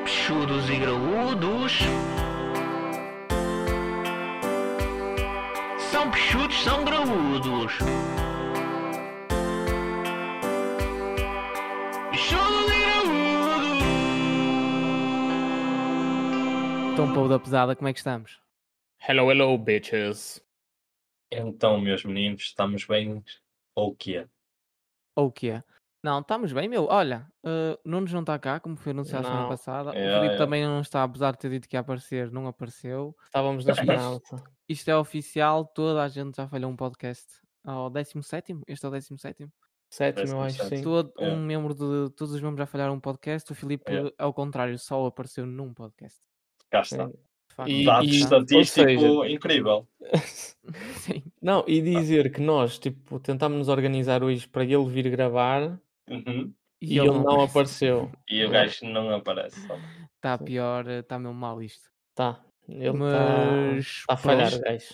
cabeçudos e graúdos. São peixudos, são graúdos. Peixudos e graúdos. Então, povo da pesada, como é que estamos? Hello, hello, bitches. Então, meus meninos, estamos bem ou o quê? Ou o que é? Não, estamos bem, meu. Olha, uh, Nunes não está cá, como foi anunciado a semana Não. passada. o É, Felipe é. também não está, apesar de ter dito que ia aparecer, não apareceu. Estávamos na Mas- esperança. Isto é oficial, toda a gente já falhou um podcast. Ao 17, este é o 17. Sétimo, eu Décimo acho, sim. sétimo. Todo é. um membro de. Todos os membros já falharam um podcast. O Filipe, É. ao contrário, só apareceu num podcast. Cá está. De facto, Tá E- Dado e- estatístico ou seja- incrível. Sim. Não, e dizer que nós, tipo, tentámos nos organizar hoje para ele vir gravar Uhum. e, ele não, apareceu. E o gajo não aparece. sabe? Está Tá pior, está mesmo mal isto. Tá. Ele está Mas. a falhar, pronto. gajo.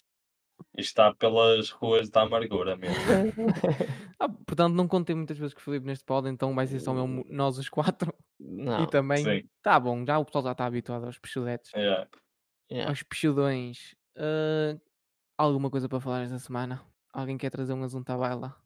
E está pelas ruas da amargura mesmo. Ah, portanto, não contei muitas vezes com o Filipe neste pod, então vai ser só mesmo nós os quatro. Não. E tá- também. Hum. Sim. Está bom, já o pessoal já está habituado aos peixudetes. é. yeah. Aos peixudões. Ah, alguma coisa para falar esta semana? Alguém quer trazer um assunto à baila?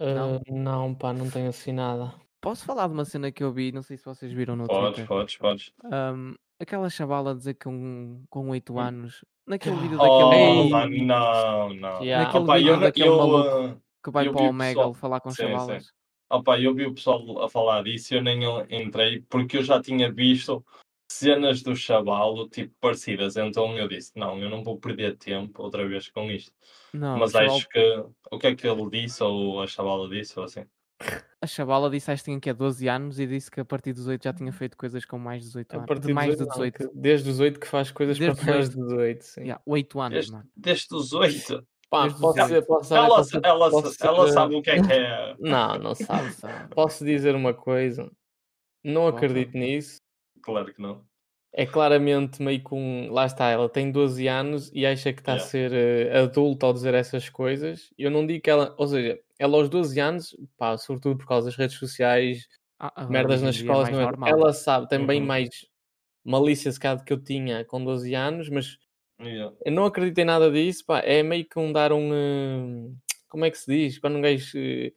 não. Ah, não, pá, não tenho assim nada. Posso falar de uma cena que eu vi, não sei se vocês viram no Podes, Twitter. podes, podes. Hum. Ahm, aquela chavala a dizer que com, com 8 anos, naquele vídeo Oh, daquele Ei. mano, não, não. Yeah. Naquele Opa, vídeo eu, daquele eu, maluco. ah, que vai eu para vi o pessoal- o Omegle falar com sim, sim. chavalas. opa, eu vi o pessoal a falar disso e eu nem entrei porque eu já tinha visto cenas do chavalo tipo parecidas. Então eu disse, não, eu não vou perder tempo outra vez com isto. Não, Mas a chaval- acho que o que é que ele disse, ou a chavala disse, ou assim. a chavala disse acho que tinha que é 12 anos e disse que a partir dos 18 já Hum. tinha feito coisas com mais de 18 A anos. partir Tá, de mais de de 18. desde os 8 que faz coisas Desde para mais de 18. Sim. 8 anos, Desde- mano. Desde os oito. Pá, Desde os posso oito. dizer, posso Ela, posso- ela, posso- ela eh, sabe o que é que é. Não, não sabe. Sabe? Posso dizer uma coisa? Não Fala, acredito nisso. Claro que não. É claramente meio com. Lá está, ela tem 12 anos e acha que está a Yeah. ser eh, adulta ao dizer essas coisas. Eu não digo que ela. Ou seja, ela aos 12 anos, pá, sobretudo por causa das redes sociais, Ah, agora merdas hoje em nas dia é escolas, mais não é? normal. ela sabe, tem bem Uhum. mais malícia se calhar, do que eu tinha com 12 anos, mas Yeah. eu não acredito em nada disso, pá. É meio que um dar um. hum, Como é que se diz? Quando um gajo eh,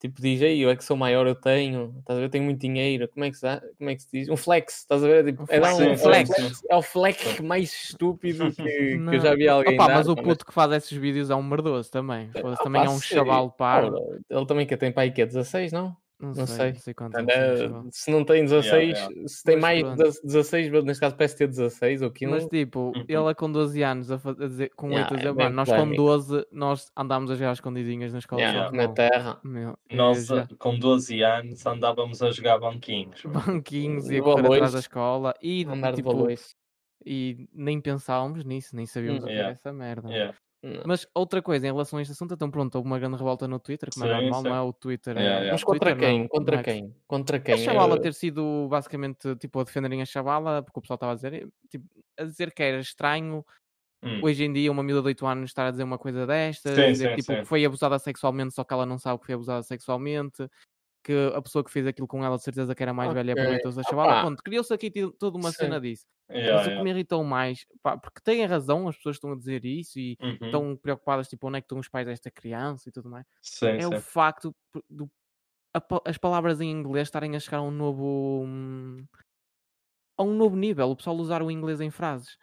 tipo diz, ei, eu é que sou maior, eu tenho, estás a ver? Eu tenho muito dinheiro, como é que se, dá? Como é que se diz? Um flex, estás a ver? Tipo, Um é dar um, flex. é um Sim, sim, flex. sim. É o flex mais estúpido que, que eu Não. já vi alguém. Opá, dar, mas o pá, puto que faz esses vídeos é um merdoso também. Foda-se, também pá, é um sério. chaval par. Ora, Ele também que tem pai que é 16, não? Não sei, não não sei. sei, quanto Portanto, é, é. se não tem 16, se tem Mas mais pronto. 16, mas neste caso parece ter 16 ou 15. Mas tipo, Uhum. ele é com 12 anos a fa- a dizer, com 8 Yeah, a dizer, é bem mano, nós com polémico. 12 nós andámos a jogar escondidinhas na escola. yeah, só que na não. terra. Meu, eu Nós, É, já- com 12 anos, andávamos a jogar banquinhos. banquinhos de e a correr atrás balões. da escola e, Andar de tipo, balões. e nem pensávamos nisso, nem Hum. sabíamos o que era Yeah. essa merda. Yeah. Não. Mas outra coisa em relação a este assunto, então pronto, houve uma grande revolta no Twitter, como é Sim, normal, sim. não é o Twitter. Yeah, é- yeah. Mas o contra Twitter não, quem? Contra não é que- quem? Contra quem? A chavala Eh, ter sido basicamente tipo a defenderem a chavala, porque o pessoal estava a dizer, eh, tipo, a dizer que era estranho Hum. hoje em dia uma miúda de 8 anos estar a dizer uma coisa destas, Sim, dizer sim, tipo, sim. que foi abusada sexualmente, só que ela não sabe que foi abusada sexualmente, que a pessoa que fez aquilo com ela de certeza que era mais velha e Ok. aproveitou-se da chavala. Opá. Pronto, criou-se aqui ti- toda uma Sim. cena disso. Yeah, Mas o que me yeah. irritou mais, pá, porque têm razão, as pessoas estão a dizer isso e Uhum. estão preocupadas, tipo, onde é que estão os pais desta criança e tudo mais. Sim, é o sim. facto p- do a pa- as palavras em inglês estarem a chegar a um novo. hum, a um novo nível, o pessoal usar o inglês em frases.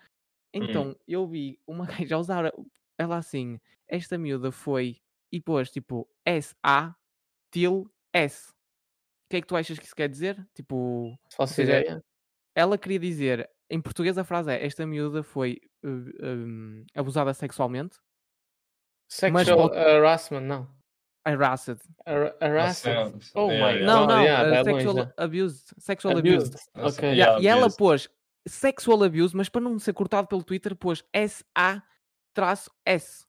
Uhum. Então, eu vi uma gaja usar o- ela assim, esta miúda foi e pôs tipo S-A til S. O que é que tu achas que isso quer dizer? Tipo, se fosse seja, ideia. ela queria dizer, em português a frase é esta miúda foi uh, um, abusada sexualmente, Sexual pode- harassment, não. harassed. Har- harassment. Nossa, Oh yeah, my yeah. god. Não, não, yeah, uh, vai longe, sexual né? abused, sexual abused. Abused. Nossa, Ok. yeah. Yeah, e ela abused. pôs sexual abuse, mas para não ser cortado pelo Twitter, pôs SA-S.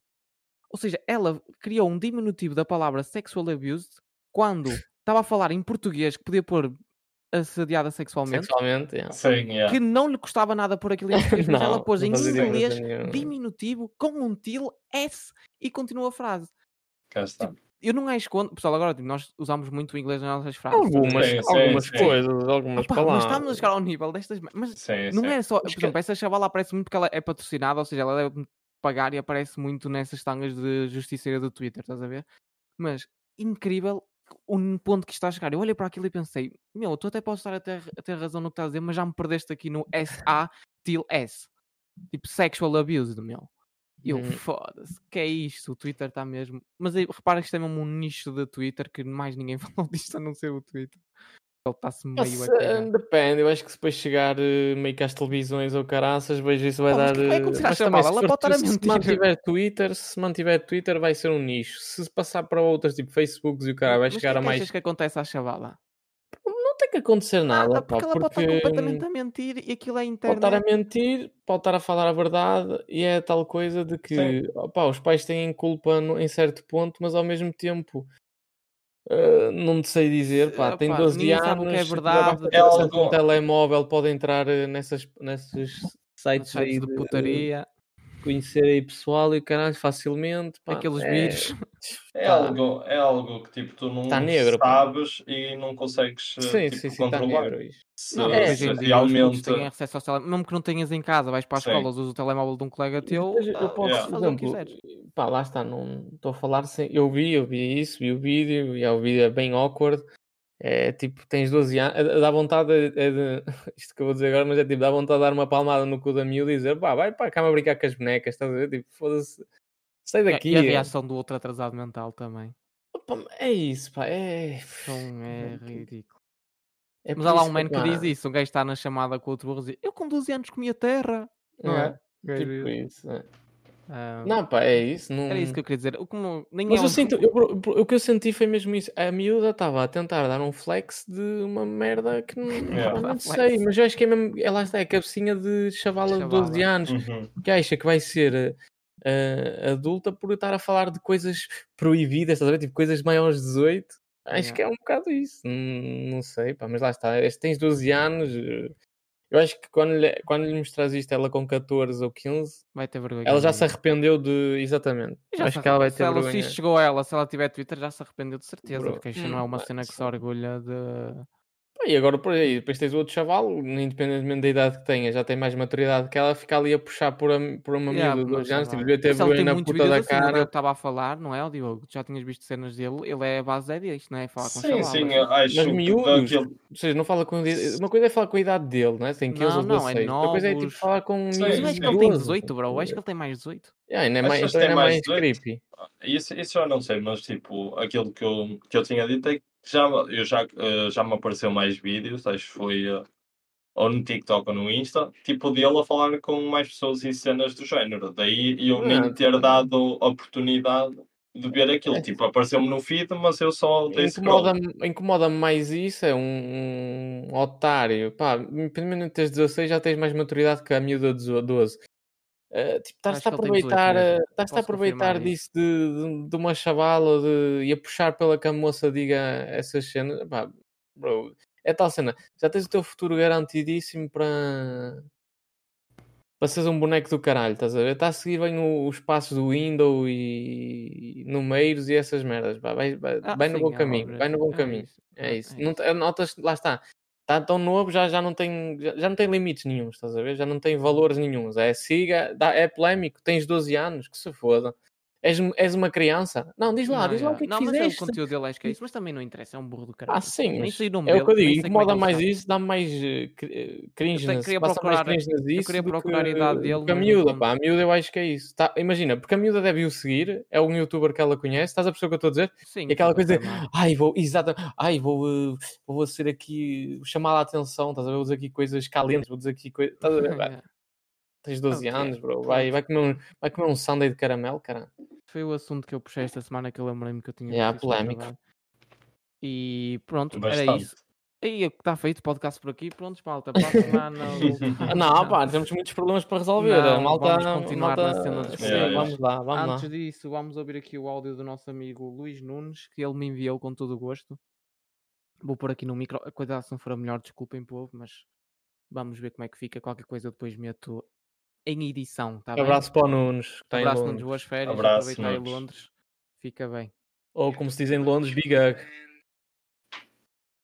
Ou seja, ela criou um diminutivo da palavra sexual abuse quando estava a falar em português que podia pôr assediada sexualmente, Sexualmente, yeah. Sim, yeah. que não lhe custava nada pôr aquilo em português, mas ela é. Não, pôs não em fazia inglês diferença nenhuma. diminutivo com um til S e continua a frase. Cá está. Eu não acho contra. Pessoal, agora tipo, nós usamos muito o inglês nas nossas frases. Algumas, Sim, sim, algumas sim. coisas, algumas Opa, mas tá palavras. estamos a chegar ao nível destas. ma- Mas Sim, não sim. é só. Por Mas que- exemplo, essa chavala aparece muito porque ela é patrocinada, ou seja, ela deve pagar e aparece muito nessas tangas de justiceira do Twitter, estás a ver? Mas incrível o n- ponto que está a chegar. Eu olhei para aquilo e pensei, meu, tu até posso estar a ter, a ter razão no que estás a dizer, mas já me perdeste aqui no SA till S. Tipo, sexual abuse do meu. E Eu, Hum. foda-se, que é isto? O Twitter está mesmo. Mas aí, repara que isto é mesmo um nicho de Twitter que mais ninguém falou disto a não ser o Twitter. Ele está-se Ah, meio a se- cagar. Depende, eu acho que se depois chegar eh, meio que às televisões ou caraças, vejo isso vai Pá, mas o dar. que é que vai eh, acontecer à também, chamada? se Ela for- pode estar a se mentir. mantiver Twitter, se mantiver Twitter, vai ser um nicho. Se passar para outras, tipo Facebooks e o cara, vai Mas o que chegar é a que mais. achas que acontece à chavala? Não tem que acontecer nada, Nada, pá, porque ela pode estar porque, completamente a mentir e aquilo é Pode internet. estar a mentir, pode estar a falar a verdade e é tal coisa de que Sim. opá, os pais têm culpa no- em certo ponto, mas ao mesmo tempo ah, não te sei dizer, pá, Ah, tem pá, 12 ninguém sabe o anos, que é já verdade, basta É ter acesso algo- ao telemóvel, pode entrar eh, nessas, nesses Nos sites, aí sites de putaria, conhecer aí pessoal e o caralho facilmente, pá, aqueles é- vírus. É Tá. algo, é algo que tipo, tu não Tá negro, pá. sabes e não consegues eh, Sim, tipo, sim, sim, está controlar. negro isso. Se, tá Não, É, mas se hoje em dia os realmente. putos têm acesso ao telemóvel. Mesmo que não tenhas em casa, vais para a Sim. escola, usas o telemóvel de um colega teu, Depois tá, eu posso, um yeah. fazer por o que exemplo, quiseres. pá, lá está, não estou a falar sem. Eu vi, eu vi isso, vi o vídeo, e é o vídeo é bem awkward. É tipo, tens 12 anos, é- é- dá vontade é de, é de- isto que eu vou dizer agora, mas é tipo, dá vontade de dar uma palmada no cu da miúda e dizer, pá, vai para a cama brincar com as bonecas, estás a ver? Tipo, foda-se, sai E a- daqui. e a é. reação do outro atrasado mental também. Opa, é isso, pá, é. Então é ridículo. é Mas por há lá isso um man que pá, diz isso. Um gajo está na chamada com outro burro e diz: Eu com 12 anos comia terra. Não é? é, Gajo tipo diz, isso. é. ah, Não, pá, é isso. Não... Era isso que eu queria dizer. O que não- nem Mas é eu um- sinto, eu- eu- o que eu senti foi mesmo isso. A miúda estava a tentar dar um flex de uma merda que não, Yeah. pá, não Flex. sei, mas eu acho que é mesmo. Ela está, é cabecinha de chavala de 12 Chavala. anos Uhum. que acha que vai ser eh, adulta por estar a falar de coisas proibidas, estás a ver? Tipo coisas maiores de 18. Yeah. Acho que é um bocado isso. Hum, Não sei, pá, mas lá está. és- Tens 12 anos. eh, Eu acho que quando lhe, quando lhe mostras isto, ela com 14 ou 15, Vai ter vergonha. ela já se alheia. arrependeu de. Exatamente. Uhum. Já acho se que ela vai arrepende- ter se, ela, se vergonha. isto chegou a ela, se ela tiver Twitter, já se arrependeu de certeza. Bro, Porque isto hum, não é uma pá, cena que se sim. orgulha de. Pá, Ah, E agora por aí, depois tens o outro chaval, independentemente da idade que tenha, já tem mais maturidade que ela, fica ali a puxar por, a, por uma Yeah, miúda de por uma 12 anos, tipo, chavala. devia ter Mas ela vergonha tem na muitos puta vídeos da assim. O Diogo cara. estava a falar, não é? O Diogo, tu já tinhas visto cenas dele. Ele é a base é disto, não é? Falar com Sim, chavalas. sim, eu acho que miúdos, daquilo- Ou seja, não fala com. a idade- Uma coisa é falar com a idade dele, né? Tem 15 Não, ou não, é 16. Outra coisa é tipo novos. falar com um Sim, Mas miúdo eu acho de que ele tem 12, 18, bro. Eu acho que estás ele tem mais 18. a ver? Yeah, ainda é Achas mais, que então tem ainda é mais mais 18? creepy. Isso, isso eu não sei, mas tipo, aquilo que eu, que eu tinha dito é que já, eu já, eh, já me apareceu mais vídeos, acho que foi eh, ou no TikTok ou no Insta, tipo, dele a falar com mais pessoas e cenas do género. Daí eu Ah, nem ter dado oportunidade de ver aquilo. É. Tipo, apareceu-me no feed, mas eu só dei scroll. Incomoda-me incomoda mais isso, é um, um otário. Pá, independentemente de teres 16, já tens mais maturidade que a miúda de 12. Eh, tipo, estás-te Acho a que ele tem 18 aproveitar, mesmo. eh, estás-te a Posso confirmar aproveitar disso isso. de, de- de uma chavala de- e a puxar pela que a moça diga essas cenas. Pá, bro, é tal cena. Já tens o teu futuro garantidíssimo para. Para seres um boneco do caralho, estás a ver? Está a seguir bem o- os passos do Window e, e Numeiros e essas merdas. pá, Vai, vai, Ah, vai no sim, bom é caminho, vai no bom óbvio. caminho. É Ah, isso. Não, te- notas, lá está. Está tão novo, já, já, não tem, já, já não tem limites nenhum, estás a ver? Já não tem valores nenhuns. É siga, dá, é polémico, tens 12 anos, que se foda. És, és uma criança. Não, diz lá, Não, diz lá é. o que é que Não, mas é o fizeste. conteúdo dele, acho que é isso. Mas também não interessa, é um burro do caralho. Ah, sim, Nem mas sei o nome é o que eu dele, digo, nem sei como é que incomoda ele mais sabe. isso, dá mais eh, cri- eh, Eu te- cringeness, queria passa mais procurar- cringeness eu disso queria do que, procurar a idade dele, do que a mas não miúda, encontro. pá, a miúda eu acho que é isso. Tá, imagina, porque a miúda deve o seguir, é um youtuber que ela conhece, estás a pessoa que eu estou a dizer? Sim, tipo, é E aquela sim, coisa é de, confirmado. ai, vou, exata, ai, vou, eh, vou ser aqui, chamar a atenção, estás a ver, vou dizer aqui coisas calentes, vou dizer aqui coisas, estás a ver, pá, Yeah. tens 12 Ok, anos, bro, vai, pronto. vai, comer um, vai comer um sundae de caramelo, caralho. Foi o assunto que eu puxei esta semana que eu lembrei-me que eu tinha Yeah, visto isso no polémico. trabalho. E pronto, era Bastante. isso. E é está feito o podcast por aqui. Pronto, malta, para a semana. Ah, Não, pá, temos muitos problemas para resolver. Não, a malta, vamos continuar a na malta... cena dos Ah, Sim, problemas. vamos lá, vamos lá. Antes disso, vamos ouvir aqui o áudio do nosso amigo Luís Nunes, que ele me enviou com todo o gosto. Vou pôr aqui no micro. Cuidado se não for a melhor, desculpem, povo, mas vamos ver como é que fica. Qualquer coisa eu depois meto em edição, tá bem? Um Abraço para o Nunes. que está em Abraço, Londres. Nunes, boas férias. Abraço, aproveitar em Nunes. Londres. Fica bem. Ou como se diz em Londres, big hug.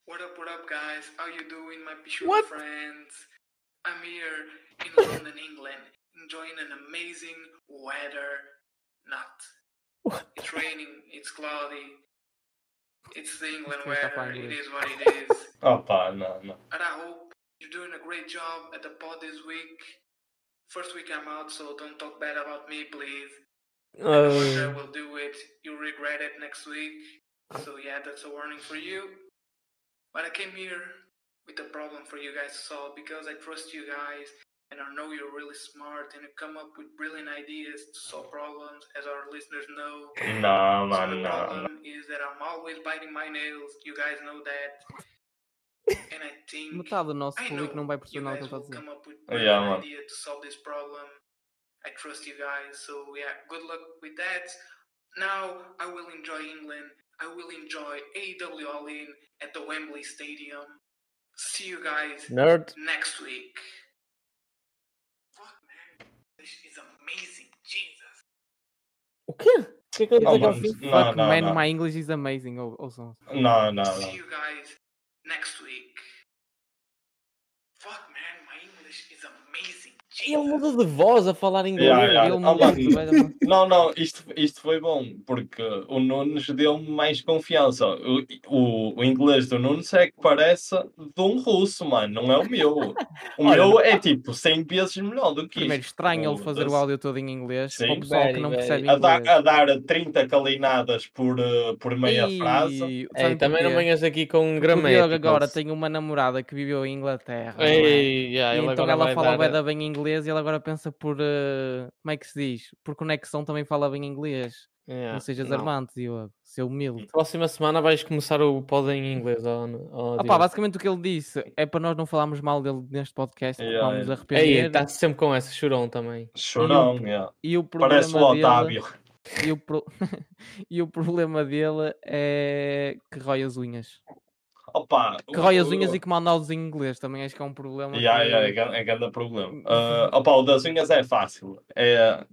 What up, what up, guys? How you doing, my Pichu What? friends? I'm here in London, England, enjoying an amazing weather. Not. What It's raining, it's cloudy. It's the England Let's not weather. find It it. is what it is. Opa, não, não. and I hope you're doing a great job at the pod this week. First week I'm out, so don't talk bad about me, please. Sure, Ah, we'll do it. You'll regret it next week. So yeah, that's a warning for you. But I came here with a problem for you guys to solve because I trust you guys and I know you're really smart and you come up with brilliant ideas to solve problems, as our listeners know. Não, So mano, the não. problem is that I'm always biting my nails. You guys know that. And I think Metade do nosso I público não know vai you perceber nada que guys eu estou a will dizer. come up with Yeah, brilliant man. idea to solve this problem. I trust you guys. So yeah, good luck with that. Now I will enjoy England. I will enjoy AW All In at the Wembley Stadium. See you guys nerd. next week. Fuck man, this is amazing. Jesus. O quê? O que é que eu Não, dizer que eu mano, fiz? não, Fuck não, man, não. my English is amazing. ou- Ouçam. Não, não, See não. you guys next week. Fuck man, my English is amazing. Ele Jesus. muda de voz a falar inglês. Yeah, yeah. Ele Ah, mudou mano. de coisa, Não, não, isto, isto foi bom, porque o Nunes deu-me mais confiança. O, o, o inglês do Nunes é que parece de um russo, mano, não é o meu. O Olha. meu é tipo 100 vezes melhor do que Primeiro, isto. estranho ele Oh, fazer o that's- áudio todo em inglês. Para o Sim. pessoal que Very, não very. percebe A dar, a inglês. dar 30 calinadas por, eh, por meia frase. Ei, Ei, sabem também é não porquê? venhas aqui com Porque o Diogo gramática. agora nossa. tem uma namorada que viveu em Inglaterra. não é? Ei, yeah, E ele então agora ela vai fala dar- bué da bem inglês e ele agora pensa por. eh, como é que se diz? Por conexão também fala bem inglês. Yeah, Não sejas Ah, não. armante, Diogo. Seu humilde. Próxima semana vais começar o pod em inglês. ó, ó, Opa, Diogo. basicamente o que ele disse é para nós não falarmos mal dele neste podcast, porque Yeah, vamos yeah. Ei, tá- arrepender. está sempre com essa, chorão também. Chorão, yeah. E o problema parece o dele, Otávio. E o, pro- e o problema dele é que rói as unhas. Opa, Que rói as unhas e que manda áudios em inglês. Também acho que é um problema. Yeah, que- yeah, é grande, é grande problema. Ah, opa, o das unhas é fácil. É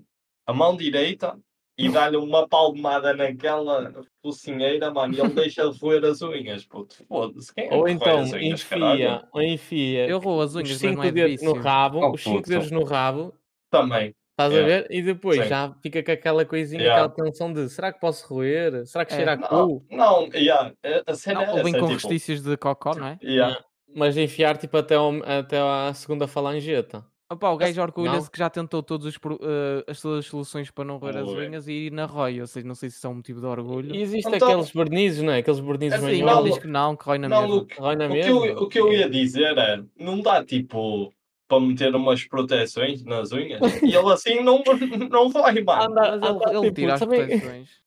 a mão direita e dá-lhe uma palmada naquela focinheira, mano, e ele deixa de roer as unhas, puto. Foda-se, quem é Ou que roe então, as unhas, caralho? enfia, ou enfia Eu roo as unhas, os mas não cinco é de dedos no vício. rabo, Oh, os cinco puto. dedos no rabo, Também. estás a Yeah. ver? E depois Sim. já fica com aquela coisinha, Yeah. aquela tensão de será que posso roer? Será que É. cheira a Não, cu? não, yeah, a- a cena Não, é vem essa, com tipo, restícios de cocó, não é? yeah. Mas enfiar tipo até, ao- até à segunda falangeta. Opa, o gajo Não. orgulha-se que já tentou todos os pro- eh, as todas as soluções para não roer as Vamos ver. unhas e na rói, ou seja, não sei se isso é um motivo de orgulho. E existem Então- aqueles bernizes, não é? Aqueles bernizes Assim, Sim, não, ele manhosos. diz que não, que rói na Não, mesma. Luke, Rói na O que, eu, mesma. o que eu ia dizer é, não dá tipo para meter umas proteções nas unhas e ele assim não, não vai, mano. Mas Anda- ele, anda, ele tipo, tira as também- proteções.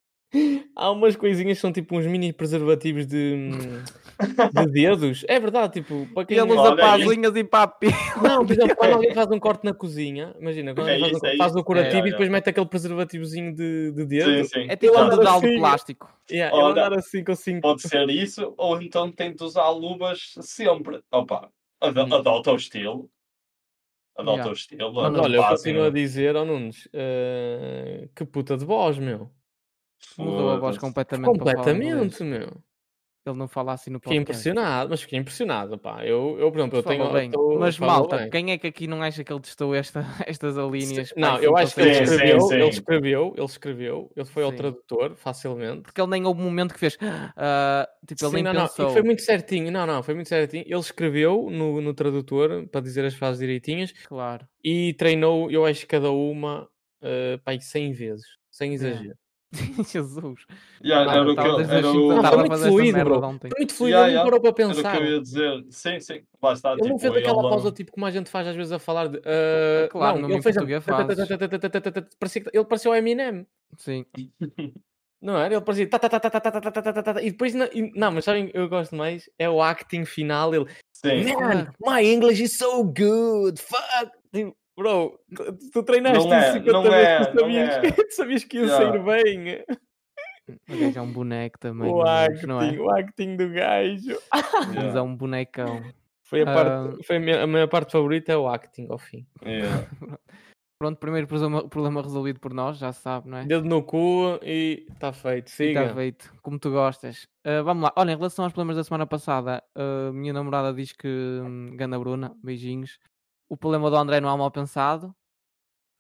Há umas coisinhas que são tipo uns mini preservativos de, de dedos. É verdade, tipo, para E quem ele usa Olha para as isso. unhas e para a pi... Não, por exemplo, quando alguém faz um corte na cozinha, imagina, quando É alguém faz, isso, um- é faz o isso. curativo É, e é. depois mete aquele preservativozinho de, de Sim, dedo. sim. Tá É tipo um anda dedal de assim. plástico. Yeah, eu Ora. andar assim com cinco. Pode ser isso, ou então tento usar luvas sempre. Opa, ad- Hum. adota o estilo. Adota Yeah. o estilo. Mas não olha, eu fazem- né? continuo a dizer, ó Nunes, eh, que puta de voz, meu. Mudou a voz Foda-se. completamente. para falar inglês. Completamente, meu. Ele não fala assim no Fiquei podcast. impressionado, mas fiquei impressionado, pá. Eu, eu por exemplo, eu Fala tenho. um- bem. eu tô- Mas fala malta, bem. quem é que aqui não acha que ele testou esta, estas alíneas? Se- Não, eu acho que é ele Sim, sim, escreveu, sim. ele escreveu, ele escreveu, ele foi ao Sim. tradutor facilmente. Porque ele nem houve um momento que fez. ah, tipo, ele Sim, nem não, não, pensou. e foi muito certinho, não, não, foi muito certinho. Ele escreveu no, no tradutor para dizer as frases direitinhas Claro. e treinou, eu acho, cada uma eh, pá, aí 100 vezes, sem Yeah. exagero. Jesus. Yeah, Malta, era o que estava eu, desde as era cinco o- da Não, tarde foi a muito fazer esta fluido, merda bro. de ontem. Foi muito fluido, Yeah, ele não yeah, parou para era o pensar. que eu ia dizer. Sim, sim. Lá está, Ele não tipo, fez aquela ele- pausa tipo como a gente faz às vezes a falar de. eh, Claro, não, mesmo em ele fez. a- português fazes. Parecia que- Ele parecia o Eminem. Sim. Não era? Ele parecia. tá, tá, tá, tá, tá, tá, tá, tá, tá, tá, tá, E depois. na- e- Não, mas sabem, eu gosto mais. É o acting final. Ele. "Né, Sim. Man, my English is so good. Fuck. Tipo, Bro, tu- tu treinaste Não é, isso 50 não vezes, é, tu não sabias, é. que- tu sabias que ia Yeah. sair bem. O gajo é um boneco também. o, mas acting, não é? o acting do gajo. Mas é um bonecão. Ah. um Foi a, parte, foi a minha, a minha parte favorita é o acting, ao fim. Yeah, yeah. Pronto, primeiro problema, problema resolvido por nós, já se sabe, não é? Dedo no cu e está feito. Siga. Está feito, como tu gostas. Ah, vamos lá. Olha, em relação aos problemas da semana passada, a minha namorada diz que. hum, Ganda Bruna, beijinhos. O problema do André não há mal pensado,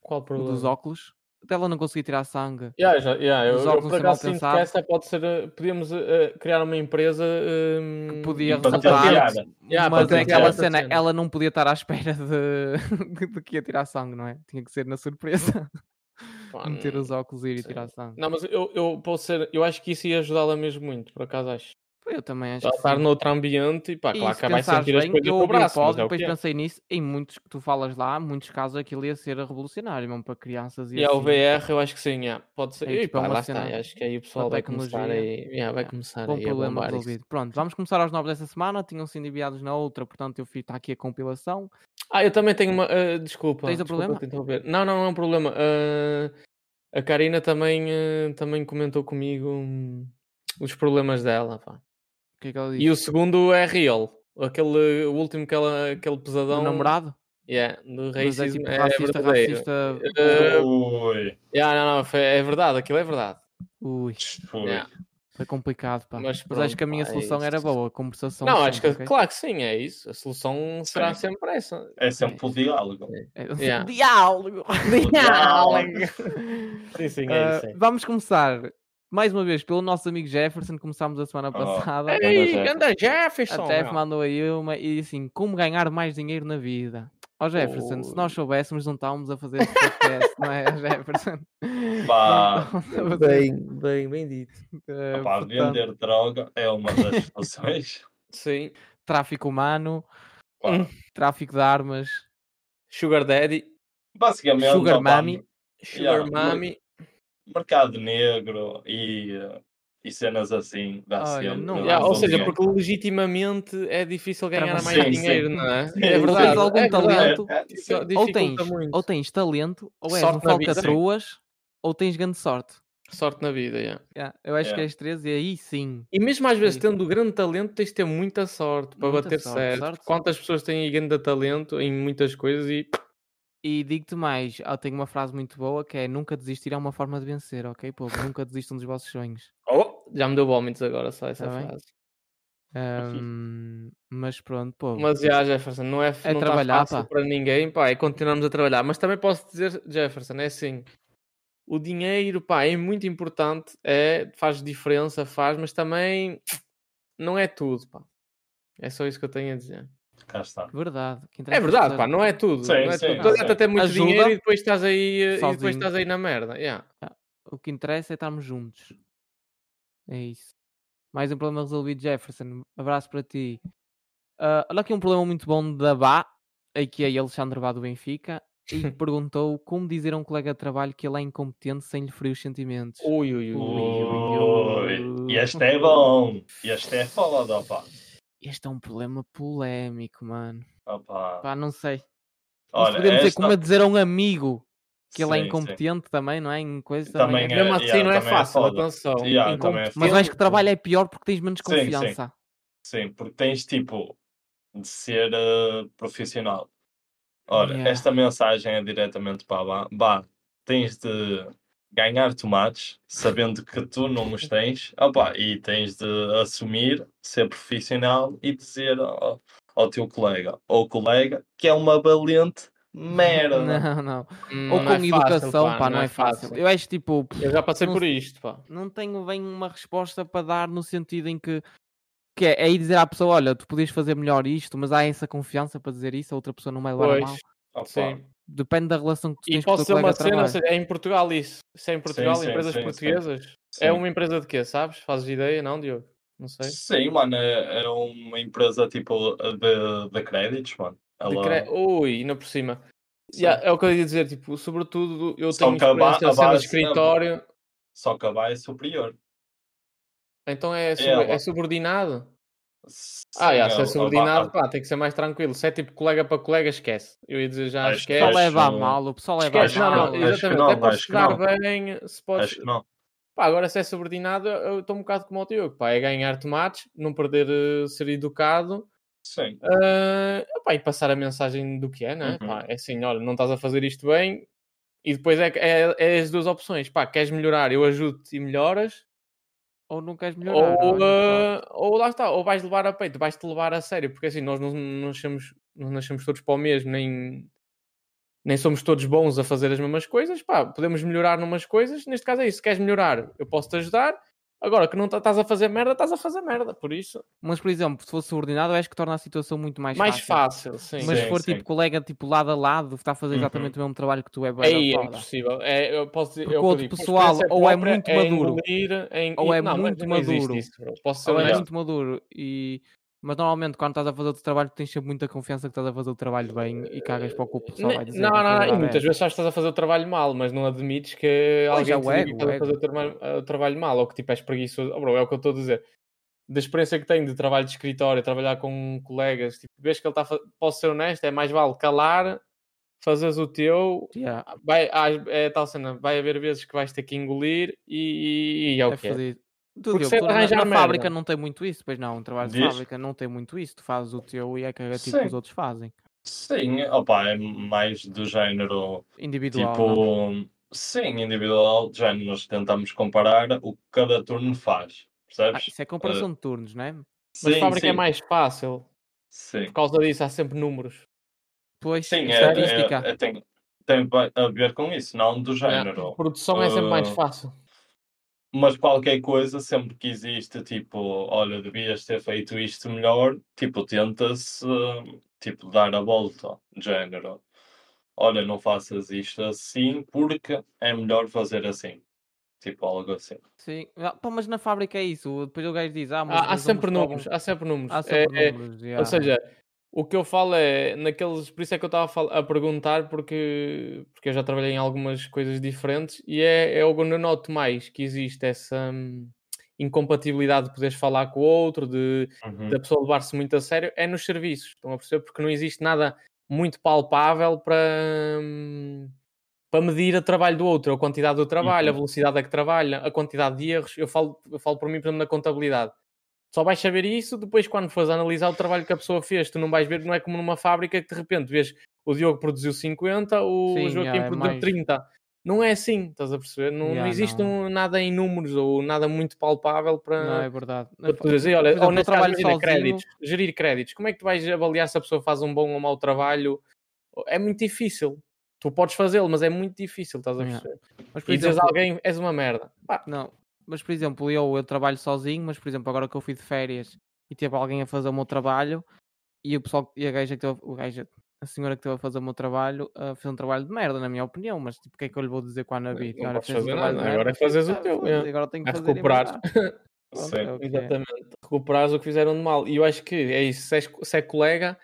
Qual o problema? Um dos óculos. Até ela não conseguir tirar sangue. Yeah, já, yeah, eu, Dos eu óculos por ser mal acaso sinto que pensados. essa pode ser. eh, Podíamos eh, criar uma empresa eh, Que podia para ter resultar. piada. Yeah, mas para é ter aquela piada. cena, Cena. ela não podia estar à espera de, de que ia tirar sangue, não é? Tinha que ser na surpresa. Pá, Meter não- os óculos e ir e sim. tirar sangue. Não, mas eu, eu posso ser. Eu acho que isso ia ajudá-la mesmo muito, por acaso acho. Eu também acho Já que estar sim. noutro ambiente e pá, E claro se que vai pensares sentir as bem, coisas eu no ouvi o braço. pod, Mas é o depois que é. pensei nisso, em muitos que tu falas lá, muitos casos aquilo ia ser revolucionário mesmo para crianças e, E é ao assim. VR eu acho que sim, yeah, pode ser. É, e tipo, é pá, uma lá está, cena- acho que aí o pessoal vai começar tecnologia. aí. yeah, vai Yeah. começar Bom aí a problema bombar é isso. resolvido. Pronto, vamos começar aos novos desta semana, tinham-se endiviados na outra, portanto eu fiz tá aqui a compilação. Ah, eu também tenho uma. ah, desculpa. Tens um desculpa problema? te interromper. Não, não, não é um problema. Ah, a Karina também, ah, também comentou comigo hum, os problemas dela. pá. O que é que ela E diz? o segundo é real. Aquele, o último que ela, aquele Do pesadão. namorado? Yeah, do Mas é racismo. tipo É, racista, verdadeiro. racista. Ah, Ui, yeah, não, não, foi- é verdade, aquilo é verdade. Ui, ui. Yeah. foi complicado, pá. Mas Mas, pronto, acho que a minha pá, é solução era isso. boa, a conversação. Não, acho que, sempre, Então ok? claro que sim, é isso. A solução será sempre essa. É sempre o diálogo. É, Yeah. Diálogo! Sim, sim, é Ah, isso. é. vamos começar mais uma vez pelo nosso amigo Jefferson. Começámos a semana Oh. passada. Ei, Ei, Jefferson. anda Jefferson! A Jeff é meu. mandou aí uma e disse assim: como ganhar mais dinheiro na vida? Ó Jefferson, se nós soubéssemos, não estávamos a fazer este podcast, não é, Jefferson? Pá, Não estávamos a fazer, Bem, bem, bem dito. eh, pá, portanto, vender droga é uma das soluções. Sim. tráfico humano, Pá, Hum. tráfico de armas, Sugar Daddy, Basicamente, Sugar ó pá, Mami. Sugar Yeah, Mami. mercado negro e, eh, e cenas assim. Dá Olha, sempre, não- dá Yeah, ou sempre seja, dinheiro. porque legitimamente é difícil ganhar mais Sim, sim. dinheiro, não é? Sim, sim. é Tens verdade. algum é verdade. talento, É, é, sim. Só ou dificulta tens, muito. ou tens talento, ou és Sorte um na vida. falcatruas, ou tens grande sorte. Sorte na vida, yeah. Yeah, eu acho Yeah. que és três e aí sim. E mesmo às vezes Sim. tendo grande talento, tens de ter muita sorte para Muita bater sorte, certo. sorte, porque Quantas pessoas têm grande talento em muitas coisas e E digo-te mais, ah, tenho uma frase muito boa que é nunca desistir é uma forma de vencer, ok, povo? Nunca desistam dos vossos sonhos. Oh, já me deu vómitos agora só essa Tá bem. frase. Ahm, mas pronto, povo. Mas já, Jefferson, não é, f- É não trabalhar, tá fácil pá. para ninguém, pá, e continuamos a trabalhar. Mas também posso dizer, Jefferson, é assim, o dinheiro, pá, é muito importante, é, faz diferença, faz, mas também não é tudo, pá. É só isso que eu tenho a dizer. Cá está. Verdade. que É interessa verdade, ser- pá, não é tudo. Sim, não é sim, tudo. Tu sim. gastas até muito Ajuda, dinheiro e depois estás aí, eh, e depois sozinho. estás aí na merda. yeah. O que interessa é estarmos juntos. É isso. Mais um problema resolvido, Jefferson. Abraço para ti. Ah, olha aqui um problema muito bom da Bá, aqui é Alexandre Bá do Benfica, e perguntou como dizer a um colega de trabalho que ele é incompetente sem lhe ferir os sentimentos. Ui, ui, ui. ui, ui. Ui, este é bom. Este é foda, opá. Este é um problema polémico, mano. Opá. Pá, não sei. Não se Olha, podemos dizer esta... como é dizer a um amigo que ele é Sim, sim. incompetente também, não é? Em coisa Também é- é- Mesmo assim yeah, não é também é fácil, foda. atenção. Yeah, também é Incompetente. Mas eu acho que trabalho é pior porque tens menos Sim, sim. confiança. Sim, porque tens tipo de ser eh, profissional. Ora, Yeah. esta mensagem é diretamente para a Bá. Bá, tens de ganhar tomates sabendo que tu não os tens, opá, e tens de assumir, ser profissional e dizer ao, ao teu colega ou colega que é uma valente merda. Não, não. Hum, Ou não com é fácil, educação, pá, não, é fácil. Eu acho tipo, pff, Eu já passei Não por isto, pá. não tenho bem uma resposta para dar no sentido em que, que é, é ir dizer à pessoa: olha, tu podias fazer melhor isto, mas há essa confiança para dizer isso, a outra pessoa não vai levar Pois, a mal. Opá, Sim. Depende da relação que tu E tens posso com dizer o teu colega uma de cena, trabalho. ou seja, é em Portugal isso. Isso é em Portugal, sim, empresas sim, sim. portuguesas. sim. É uma empresa de quê, sabes? Fazes ideia, não, Diogo? Não sei. Sim, mano, é, é uma empresa tipo de, de créditos, mano. De Ela- cre- Ui, ainda por cima. Sim. Yeah, é o que eu ia dizer, tipo, sobretudo eu Só tenho que a ba- experiência a de cena de base- escritório, Só que a Bá é superior. então é, sub- ela. é subordinado. Sim, Ah, yeah, se a- é a Bá- subordinado, pá, tem que ser mais tranquilo. Se é tipo colega para colega, esquece. Eu ia dizer já, Acho que O esquece. pessoal leva a Acho- mal, o pessoal leva Esquece, a não, mal. não, acho que exatamente. É não, Até podes acho que estudar não. bem, se podes. Acho que não. Pá, agora se é subordinado, eu estou um bocado como o Diogo, pá, é ganhar tomates, não perder, eh, ser educado, Sim, Ah, eh, opá, e passar a mensagem do que é, né? Uhum. Pá, é assim, olha, não estás a fazer isto bem, E depois é, é, é as duas opções. Pá, queres melhorar, eu ajudo-te e melhoras. Ou não é? Tipo, queres melhorar. Ou, olha ah, ou lá está, ou vais levar a peito, vais-te levar a sério. Porque assim, nós não, não, nascemos, não nascemos todos para o mesmo, nem, nem somos todos bons a fazer as mesmas coisas. Pá, podemos melhorar numas coisas. Neste caso é isso. Queres melhorar, eu posso-te ajudar. Agora que não tá- estás a fazer merda, estás a fazer merda. Por isso, só. Mas, por exemplo, se fosse subordinado, eu acho que torna a situação muito mais, mais fácil, sim. Mas Sim, se for sim. tipo colega tipo lado a lado, está a fazer Uhum. exatamente o mesmo trabalho que tu é, bué da Aí é foda. impossível. É, eu posso dizer, Porque é o o outro que eu digo, por pessoal experiência ou é própria, muito em maduro, engolir, em- ou é não, mas muito não existe maduro, isso, bro. Posso ser Ou é honesto. muito maduro e mas normalmente quando estás a fazer o teu trabalho tens sempre muita confiança que estás a fazer o trabalho bem e cagas para o que o pessoal Ne- vai dizer. Não, na não, não. E realidade muitas é. vezes achas que estás a fazer o trabalho mal, mas não admites que Pois, é o alguém te diga ego, que o estás a fazer o ego. trama- eh, o trabalho mal ou que tipo és preguiçoso. Oh, bro, é o que eu estou a dizer. Da experiência que tenho de trabalho de escritório, trabalhar com colegas, tipo, vês que ele está a fa- Posso ser honesto, é mais vale calar, fazeres o teu. Yeah, Vai, há- é tal cena, vai haver vezes que vais ter que engolir e, e, e é o é que é. fazer. Tu, Porque Diogo, sei tu na, arranjar na merda. fábrica não tem muito isso, pois não, um trabalho de Diz? fábrica não tem muito isso, tu fazes o teu e é cagativo que Sim. os outros fazem. Sim, opa, é mais do género. Individual. não? Tipo, é? sim, individual, de género. Nós tentamos comparar o que cada turno faz, Ah, percebes? isso eh, é comparação de turnos, não é? Mas sim, fábrica é sim, mais fácil. Sim, Por causa disso há sempre números. Pois, sim é, estatística. é- é- tem, tem a ver com isso, não do género. Produção é sempre mais Ah, fácil. mas qualquer coisa, sempre que existe, tipo, olha, devias ter feito isto melhor, tipo, tenta-se, tipo, dar a volta, de género. Olha, não faças isto assim porque é melhor fazer assim. Tipo, algo assim. Sim. Ah, pá, mas na fábrica é isso. Depois o gajo diz, ah, mas Há, há eles não sempre mostravam- números, há sempre números. Há É- sempre é- números. ou yeah. seja, o que eu falo é naqueles. Por isso é que eu estava a fal- a, perguntar, porque, porque eu já trabalhei em algumas coisas diferentes e é, é algo que eu noto mais que existe essa hum, incompatibilidade de poderes falar com o outro, de Uhum. Uhum. da pessoa levar-se muito a sério, é nos serviços. Estão a perceber? Porque não existe nada muito palpável para. hum, Para medir o trabalho do outro, a quantidade do trabalho, a Uhum. velocidade a que trabalha, a quantidade de erros. Eu falo, eu falo por mim, por exemplo, na contabilidade. Só vais saber isso depois quando fores analisar o trabalho que a pessoa fez. Tu não vais ver, não é como numa fábrica que de repente vês o Diogo produziu 50, o Sim, Joaquim yeah, é produziu mais- 30. Não é assim, estás a perceber? Não, não Yeah, existe não. um- nada em números ou nada muito palpável para, Não, é verdade. Na para fa- tu dizer, olha, por exemplo, ou eu neste caso, trabalho imagina, sozinho. créditos, gerir créditos. Como é que tu vais avaliar se a pessoa faz um bom ou mau trabalho? É muito difícil. Tu podes fazê-lo, mas é muito difícil, estás a Yeah. perceber? Mas, por E dizes a exemplo, alguém, és uma merda. Pá, Não, mas por exemplo, eu, eu trabalho sozinho, mas por exemplo, agora que eu fui de férias e teve alguém a fazer o meu trabalho e o pessoal e a gaja que teve, o gaja, a senhora que esteve a fazer o meu trabalho ah, fez um trabalho de merda, na minha opinião, mas tipo, o que é que eu lhe vou dizer quando a Não- vi? não Olha, podes fez um fazer trabalho nada, de merda, agora é fiz, fazeres o ah, teu, foda-se, é. agora tenho que É fazer e recuperar. mandar. Pronto, Sim. é o que é. Exatamente. Recuperares o que fizeram de mal. E eu acho que é isso. Se és, co- se é colega,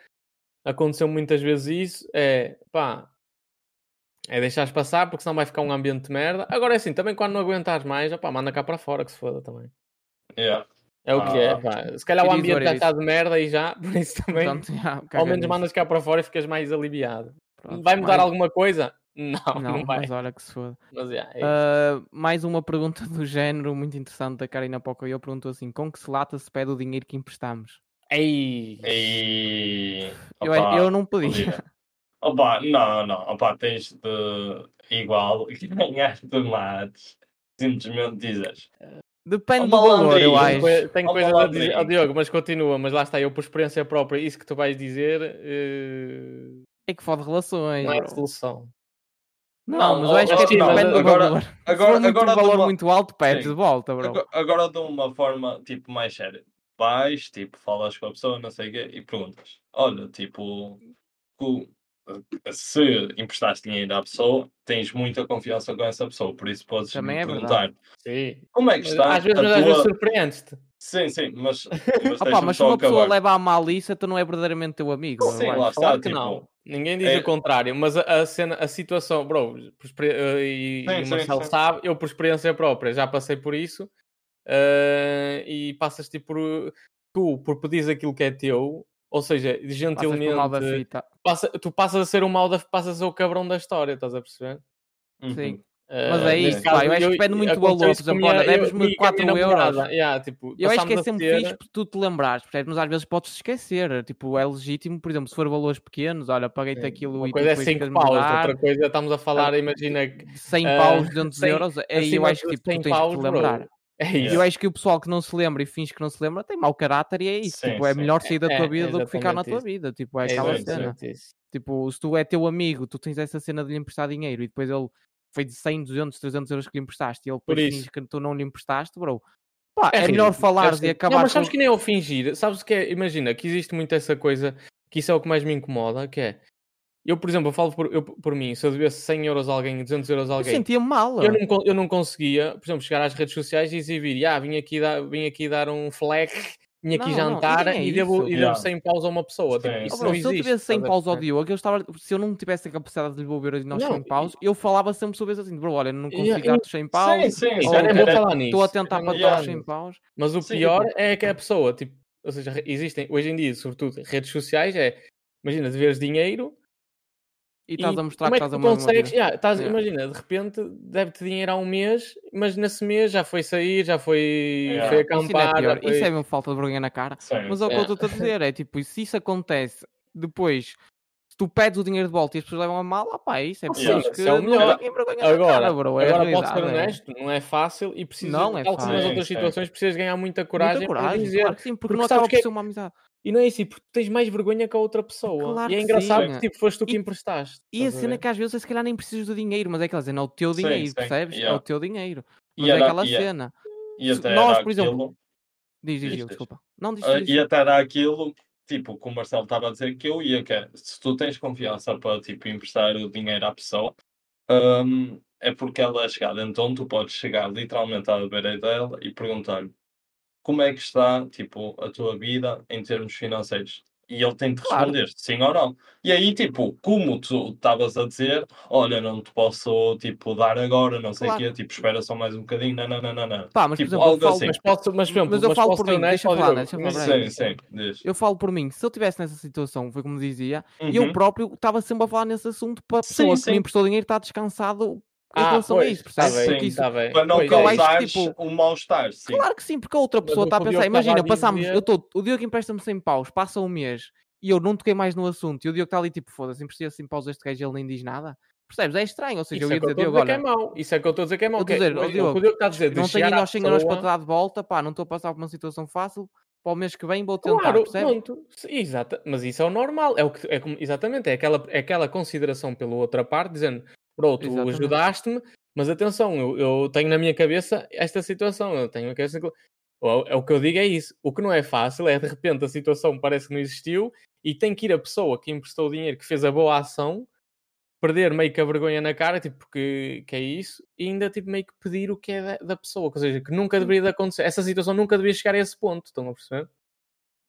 aconteceu muitas vezes isso. É pá, é deixares passar porque senão vai ficar um ambiente de merda. Agora é assim, também quando não aguentares mais, opá, manda cá para fora que se foda também. Yeah. É o que é, Ah. pá. Se calhar o It is ambiente what já it está is. de merda e já, por isso também. Portanto, yeah, ao Então, caga menos nisso, mandas cá para fora e ficas mais aliviado. pronto, vai mudar mais- alguma coisa? Não, não, Não, vai. mas olha que se foda. Mas, yeah, é isso. Ah, mais uma pergunta do género muito interessante da Karina Pocoyo perguntou assim: com que se lata se pede o dinheiro que emprestamos? Ei. E. Eu, é, opá, eu não podia. podia. Opá, não, não. Opá, tens de. Igual. Ganhar tomates. Simplesmente dizes. Depende do Ó, valor, eu malandrinho, acho. depois- Coi- Tenho Ó, coisas a malandrinho. dizer, ó, Diogo, mas continua, mas lá está, eu por experiência própria, isso que tu vais dizer eh, É que fode relações. não é bro. solução. Não, Não, mas ó, eu acho ó, que é tipo, não, depende do agora- valor. Agora, Se for muito agora um de valor uma- muito alto, pedes Sim. de volta, bro. Agora, agora de uma forma tipo mais séria. Vais, tipo, falas com a pessoa, não sei o quê, e perguntas. Olha, tipo, cu- eh, se emprestaste dinheiro à pessoa, tens muita confiança com essa pessoa, por isso podes Também me é perguntar verdade. Sim. como é que Mas está às vezes, a mas às vezes tua... surpreendes-te. Sim, sim, mas, mas um Opa, deixa-me mas se só uma pessoa acabar. leva a malícia, tu não é verdadeiramente teu amigo. eu Sim, acho. lá Claro está, que tipo, não. Ninguém diz é- o contrário, mas a, a cena, a situação, bro, por experi- eh, e, Sim, e o sim, Marcelo sim. sabe, eu por experiência própria já passei por isso eh, e passas tipo por tu por pedires aquilo que é teu, ou seja, Passas por mal da gentilmente fita. passa- tu passas a ser o mal da passas a ser o cabrão da história, estás a perceber? Eh, Uhum. Sim. Mas é isso, pá, eu acho que pede muito valor, por exemplo, olha, deves-me 4 euros. tipo, Eu acho que é sempre fixe por tu te lembrares, percebes? Mas às vezes podes esquecer. Tipo, é legítimo, por exemplo, se for valores pequenos, olha, paguei-te Sim. aquilo Uma e tipo, coisa é depois 5 queres paus, mudar, outra coisa estamos a falar, imagina que. 100 ah, paus, 200 cem- euros. Aí eu acima acho que de tipo, tu 100 tens que te paus, bro. lembrar. É E isso. eu acho que o pessoal que não se lembra e finge que não se lembra tem mau caráter e é isso. Sim, tipo, é sim. melhor sair da É, tua é vida do que ficar na exatamente tua isso. vida. Tipo, é É aquela exatamente cena. exatamente isso. Tipo, se tu é teu amigo, tu tens essa cena de lhe emprestar dinheiro e depois ele foi de 100, 200, 300 euros que lhe emprestaste e ele Por depois isso. finge que tu não lhe emprestaste, bro. Pá, é, ridículo, melhor falares deve ser. e acabar Não, mas sabes com... que nem é o fingir. Sabes o que é? Imagina que existe muito essa coisa que isso é o que mais me incomoda. Que é eu, por exemplo, eu falo por, eu- por mim. Se eu devesse 100 euros a alguém, 200 euros a Eu alguém, sentia-me mal. assim, eu não, con- eu não conseguia, por exemplo, chegar às redes sociais e exibir, ah, vim aqui dar, vim aqui dar um flex, vim aqui Não, não, jantar e nem é e, devo, isso. e Yeah. devo 100 paus a uma pessoa. Tipo, Sim. isso Oh, bro, não se eu existe. tivesse 100 estás a paus ao perceber? Diogo, eu estava, se eu não tivesse a capacidade de lhe devolver os nós Não, 100 paus, eu falava sempre sobre isso assim, bro, olha, não Yeah, consigo eu- dar-te 100 paus, Sim, sim, Isso, é oh, um um sim. eu nem vou falar nisso. estou a tentar eu para nem te vou dar falar os 100 nisso. paus. Mas o Sim, pior é que a pessoa, tipo, ou seja, re- existem hoje em dia, sobretudo, redes sociais, é imagina, deveres dinheiro E estás a mostrar que como é estás que a tu mesma consegues, vida. Yeah, estás- Yeah. imagina, de repente deve-te dinheiro há um mês, mas nesse mês já foi sair, já foi, Yeah. foi Isso ainda é acampar. já pior. foi... Isso é mesmo falta de vergonha na cara. Sim. Mas é o que eu É. estou-te a dizer. É tipo, se isso acontece depois, se tu pedes o dinheiro de volta e as pessoas levam a mal, opá, isso é por Sim, isso isso que é o não melhor. tenho vergonha na Agora, cara, bro. É a agora posso ser realidade, é. honesto, não é fácil e precisas, Não é tal como nas fácil. outras Sim, sim. situações, precisas ganhar muita coragem, Muita para coragem, dizer. claro que sim, porque, porque não sabes acaba que por é- ser uma amizade. E não é isso, e porque tu tens mais vergonha que a outra pessoa. Claro e é que engraçado sim. que tipo, foste tu que emprestaste. E a estás a cena ver? que às vezes é se calhar nem precisas do dinheiro, mas é aquela cena, é o teu Sim, dinheiro, sim, percebes? É o yeah. teu dinheiro. E Mas é era- aquela e- cena. E até Nós, era por exemplo, aquilo- Diz, diz, Diz, Diogo, diz. desculpa. Não, diz, Ah, diz. é e até era aquilo, tipo, que o Marcelo estava a dizer que eu ia que é, se tu tens confiança para, tipo, emprestar o dinheiro à pessoa, hum, é porque ela é chegada. Então tu podes chegar literalmente à beira dela e perguntar-lhe como é que está, tipo, a tua vida em termos financeiros. E ele tem de Claro. responder sim ou não. E aí, tipo, como tu estavas a dizer, olha, não te posso, tipo, dar agora, não sei o Claro. quê, tipo, espera só mais um bocadinho, não, não, não, não, não. Pá, mas por tipo, exemplo, eu algo falo- assim. Mas, posso, mas, por exemplo, Mas eu falo por posso ser mim, honesto deixa ao falar, Diogo. deixa Mas- falar. Sim, sim, diz. Eu falo por mim, se eu estivesse nessa situação, foi como dizia, e Uhum. eu próprio estava sempre a falar nesse assunto para a Sim, pessoa que me sim. emprestou dinheiro estar descansado em Ah, relação a pois, isso, tá percebes? bem, Porque isso- tá bem. Para não Pois é, causares- isso. causares tipo- um mal-estar, sim. Claro que sim, porque a outra Mas pessoa o está a que o pensar, Diogo tava imagina, a passámos, dizer- eu tô, o Diogo empresta-me 100 paus, passa um mês e eu não toquei mais no assunto, e o Diogo está ali tipo, foda-se, emprestei 100 paus a este gajo e ele nem diz nada. Percebes? É estranho, ou seja, eu Isso é ia que eu dizer, estou Diogo, a dizer que é olha, mau. Isso é que eu estou a dizer que é mau. Eu tô que é- a dizer, ó, o que Diogo, o Diogo está a dizer, de não tenho chegar ainda à aos 100 euros para te pessoa- dar de volta, pá, não estou a passar por uma situação fácil, para o mês que vem vou tentar, Claro, percebes? pronto. Sim, Exata, mas isso é o normal. É o que, é como- exatamente, é aquela, é aquela consideração pela outra parte, dizendo, bro, tu Exatamente. ajudaste-me, mas atenção, eu, eu tenho na minha cabeça esta situação, eu tenho a cabeça... que- Ou- É o que eu digo é isso. O que não é fácil é, de repente, a situação parece que não existiu e tem que ir a pessoa que emprestou o dinheiro, que fez a boa ação, perder meio que a vergonha na cara, tipo, que, que é isso, e ainda, tipo, meio que pedir o que é da, da pessoa, ou seja, que nunca deveria de acontecer. Essa situação nunca deveria chegar a esse ponto, estão a perceber?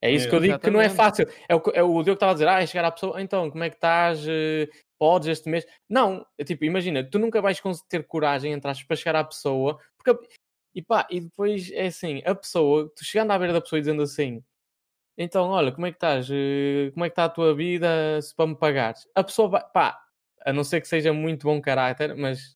É isso que eu digo que não é fácil. É o, que- é o Diogo que estava a dizer, ah, é chegar à pessoa, então, como é que estás? Eh, Podes este mês? Não, é tipo, imagina, tu nunca vais cons- ter coragem, entre aspas, para chegar à pessoa, porque, a- e pá, e depois é assim, a pessoa, tu chegando à beira da pessoa e dizendo assim, então, olha, como é que estás? Eh, Como é que está a tua vida se para me pagares? A pessoa vai, pá, a não ser que seja muito bom caráter, mas,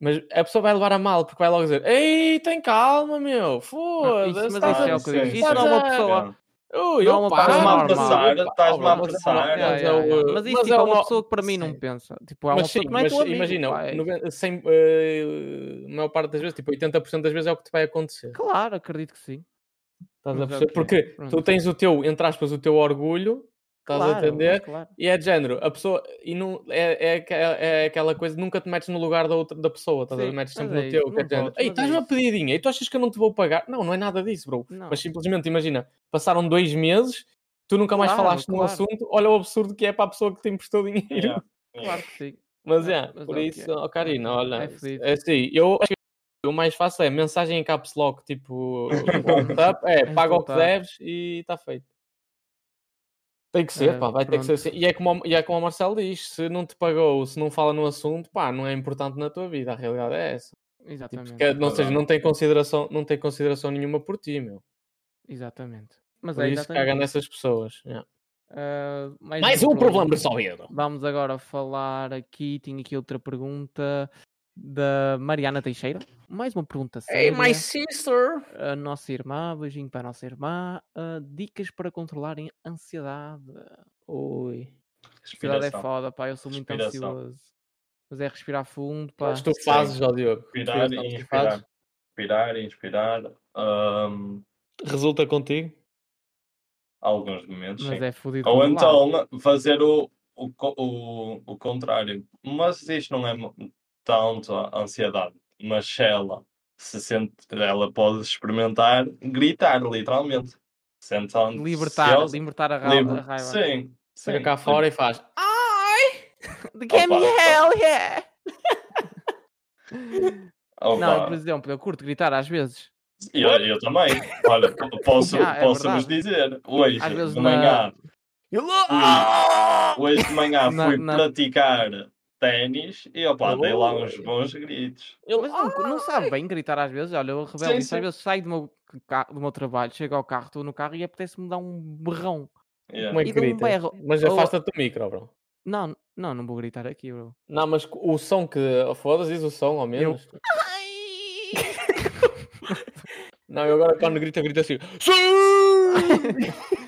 mas a pessoa vai levar a mal, porque vai logo dizer, ei, tem calma, meu, Ah, isso- foda-se, mas estás isso a é o que eu sim, digo. Isso não é uma sim. pessoa, Ui, Não é uma opa, parada normal. passar, Opa, estás-me a mas é passar. normal, Ya, mas ya, é ya. o- Mas isso mas tipo, é é uma o- pessoa que para mim não sim. pensa. Tipo, é uma Mas sim, pessoa que não é mas tua amigo, imagina, pá, é isso. noven- cem- eh, a maior parte das vezes, tipo 80% das vezes é o que te vai acontecer. Claro, acredito que sim. Estás a Mas é o que perceber? é, Porque tu pronto. tens o teu, entre aspas, o teu orgulho, estás claro, a entender? mas claro. E é de género, a pessoa e não, é, é, aqua- é aquela coisa, nunca te metes no lugar da, outra, da pessoa, estás a ver? Sim, Metes mas sempre é no teu, isso, que é não de género, podes, ei, mas é estás-me a isso. pedir dinheiro, e tu achas que eu não te vou pagar? Não, não é nada disso, bro. Não. Mas simplesmente imagina, passaram dois meses, tu nunca mais Claro, falaste no claro. assunto, olha o absurdo que é para a pessoa que te emprestou dinheiro. Yeah, Claro yeah. que sim. Mas É, é, mas por é o que isso, é. ó, Karina, olha, É isso- fedido. é assim, eu acho que o mais fácil é mensagem em caps lock, tipo, WhatsApp, é, Em paga o que WhatsApp. deves e está feito. Tem que ser, É, pá, vai ter que ser assim. pronto. E é, como, o- e é como o Marcelo diz, se não te pagou, se não fala no assunto, pá, não é importante na tua vida, a realidade é essa. Tipo, Exatamente. que- não, ou seja, não tem, consideração, não tem consideração nenhuma por ti, meu. Exatamente. Mas Por é isso, caga um exatamente. isso. nessas pessoas. yeah. Ah, mais, Mais um problema resolvido. Vamos agora falar aqui. Tinha aqui outra pergunta da Mariana Teixeira. Mais uma pergunta Hey, séria. my sister! A nossa irmã, beijinho para a nossa irmã. Ah, dicas para controlarem a ansiedade. Oi. Ansiedade é Respiração. foda, pá. Eu sou muito Respiração. ansioso. Mas é respirar fundo, pá. Mas tu fazes, ó Diogo. Respirar Tu e fazes. inspirar. Respirar e inspirar. hum, Ahm, Resulta contigo? alguns momentos, Mas sim. é fodido. Ou controlar. então fazer o, o, co- o, o contrário. Mas isto não é mo- tanto a ansiedade. Mas se ela se sente, ela pode experimentar gritar, literalmente. Sente Libertar, libertar a, ra- a raiva. Sim, sim. Chega cá fora e faz. Ai! Give me hell, Opa, Não, por exemplo, eu curto gritar às vezes. eu, eu também. Olha, po- posso, Ah, é posso vos verdade. dizer. Hoje Às vezes de manhã, You Ah! hoje de manhã Na- fui na- praticar ténis e opa, dei lá uns Oi. bons gritos. Mas não, não sabe bem gritar às vezes. Olha, eu rebelo Sim, isso. sim. Às vezes saio do meu, ca- do meu trabalho, chego ao carro, estou no carro e apetece-me dar um berrão. Yeah. Como é que E dou um grita? berro. Mas Ou- afasta-te do micro, bro. Não, não, não vou gritar aqui, bro. Não, mas o som que. oh, Foda-se, diz o som ao menos. Não, eu agora quando grita, grita assim.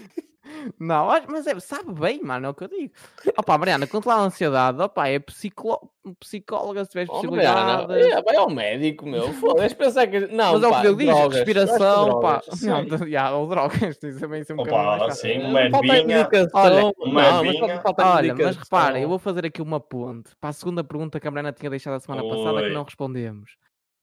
Não, mas- mas é, sabe bem, mano, é o que eu digo. Opa, Mariana, controlar a ansiedade, opa, é psicó- psicóloga, se tiveres Oh, possibilidades. Mariana, é, vai ao médico, meu. Foda-se, pensar que. Não, mas é o pá, que eu digo, drogas, respiração, gosto pá. de Não, drogas, sim. já, ou drogas, tens também ser um bocadinho mais Opa, fácil. sim, é uma Não falta ervinha. indicação. Olha, uma não, mas ervinha. falta, falta Olha, mas indicação. reparem, eu vou fazer aqui uma ponte para a segunda pergunta que a Mariana tinha deixado a semana passada que Oi. não respondemos.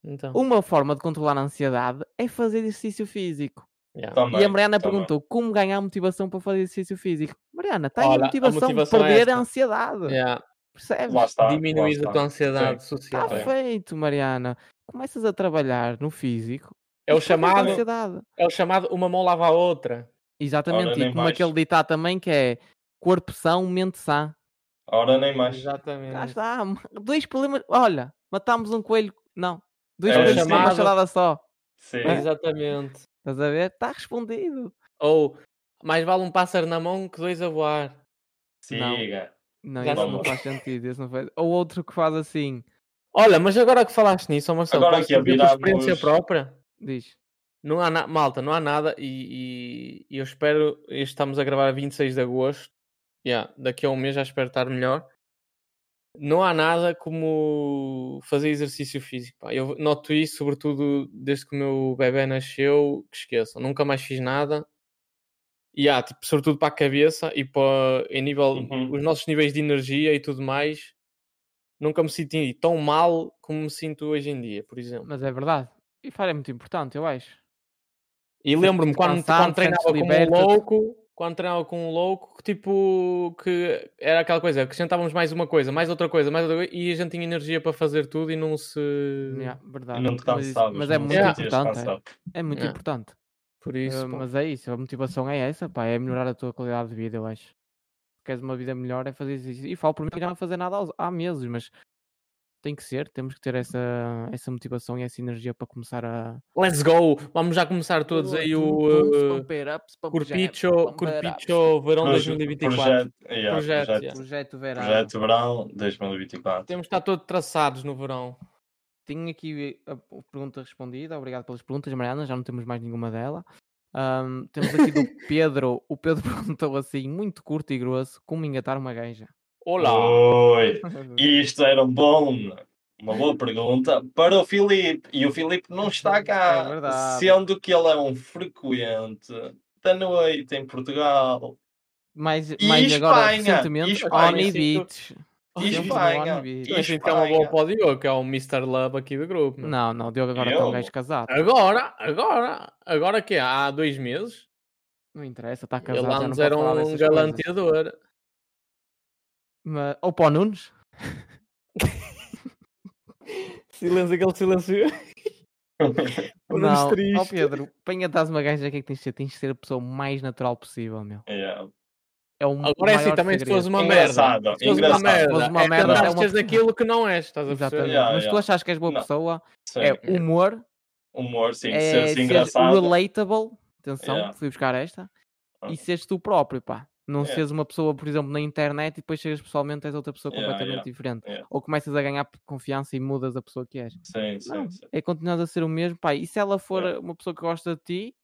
Então, Uma forma de controlar a ansiedade é fazer exercício físico. yeah. Também, e a Mariana também. perguntou como ganhar motivação para fazer exercício físico. Mariana, está aí Olha, a a motivação, motivação é de perder a essa. ansiedade. Yeah. Percebes? Lá está. lá Diminuís está. a tua ansiedade social. Está Sim. feito, Mariana. Começas a trabalhar no físico. É o e tratas da chamado. ansiedade. É o chamado uma mão lava a outra. Exatamente. nem e como mais. aquele ditado também que é corpo são, mente sã. Ora nem mais. Cá Exatamente. está. Dois problemas. Olha, matámos um coelho. Não. Dois É o coelhos numa chamado- machadada só. Sim. é. Exatamente. Estás a ver? Está respondido. Ou mais vale um pássaro na mão que dois a voar. é Siga. Não, Já isso não não. faz sentido. Isso não faz... Ou outro que faz assim. Olha, mas agora que falaste nisso, ó Marcelo, Agora aqui posso a dizer por virarmos- experiência própria? Diz. Não há na- Malta, não há nada e, e- e eu espero, e estamos a gravar a 26 de agosto, yeah, daqui a um mês já espero estar melhor. Não há nada como fazer exercício físico. pá. Eu noto isso, sobretudo desde que o meu bebê nasceu, que esqueçam, nunca mais fiz nada. E há, tipo, sobretudo para a cabeça e para em nível, Uhum. os nossos níveis de energia e tudo mais. Nunca me senti tão mal como me sinto hoje em dia, por exemplo. Mas é verdade. E faz é muito importante, eu acho. E lembro-me sentes quando, cansado, quando treinava sentes com um liberta-te. louco, quando treinava com um louco, que tipo, que era aquela coisa, acrescentávamos mais uma coisa, mais outra coisa, mais outra coisa, e a gente tinha energia para fazer tudo e não se. Yeah, verdade. E Hum. não te Mas, isso- cansavas. mas é não muito te sentias importante. cansado. É, é muito Yeah. importante. Por Uh, isso. pá. mas é isso, a motivação é essa, pá, é melhorar a tua qualidade de vida, eu acho. Se queres uma vida melhor, é fazer isso. E falo por Então mim que já não fazer nada aos- há meses, mas tem que ser, temos que ter essa, essa motivação e essa energia para começar a. Let's go! Vamos já começar todos aí o. uh, é Corpicho, Corpicho Verão Proje- 2024. Projeto, yeah, Projeto, projeto, yeah. Projeto Verão. projeto Verão 2024. Temos de estar todos traçados no verão. Tenho aqui eh, a p- pergunta respondida, obrigado pelas perguntas, Mariana, já não temos mais nenhuma dela. Ahm, temos aqui do Pedro, o Pedro perguntou assim, muito curto e grosso, como engatar uma gaja. Oh, Olá! Oi. Isto era um bom. Uma boa pergunta para o Filipe. E o Filipe não está cá. É verdade. sendo que ele é um frequente da noite em Portugal. Mas, E mas agora, Espanha, e recentemente, Espanha, Oni sinto- Beach. E Temos um Espanha. Oni Beach. E Mas então é uma boa Espanha. para o Diogo, que é o Mr. Love aqui do grupo. meu. Não, não, o Diogo agora está um Eu? gajo Ah. casado. Agora, agora, agora que é? Há dois meses? Não interessa, está Ele casado. já não antes posso era falar um dessas coisas. galanteador. Mas... Ou para o Nunes? Silêncio, aquele silêncio. O Nunes não. Ó triste. Pedro, para engatar uma gaja, o que é que tens de ser? Tens de ser a pessoa mais natural possível, meu. Yeah. É um Agora é assim, também se fores uma merda. Engraçado, Se fores É uma engraçado. merda, Se fores uma é merda, tentar é uma- seres aquilo que não és, estás a perceber? Exatamente. Yeah, Mas tu yeah. achas que és boa Não, pessoa, Sim. é humor, Humor, sim. é Ser-se seres assim engraçado. relatable, atenção, Yeah. fui buscar esta, Ah. e seres tu próprio, pá. Não É. seres uma pessoa, por exemplo, na internet e depois chegas pessoalmente és outra pessoa Yeah, completamente yeah, diferente. yeah. Ou começas a ganhar confiança e mudas a pessoa que és. Sim, sim, Não, sim. é continuar a ser o mesmo. Pá, e se ela for Yeah. uma pessoa que gosta de ti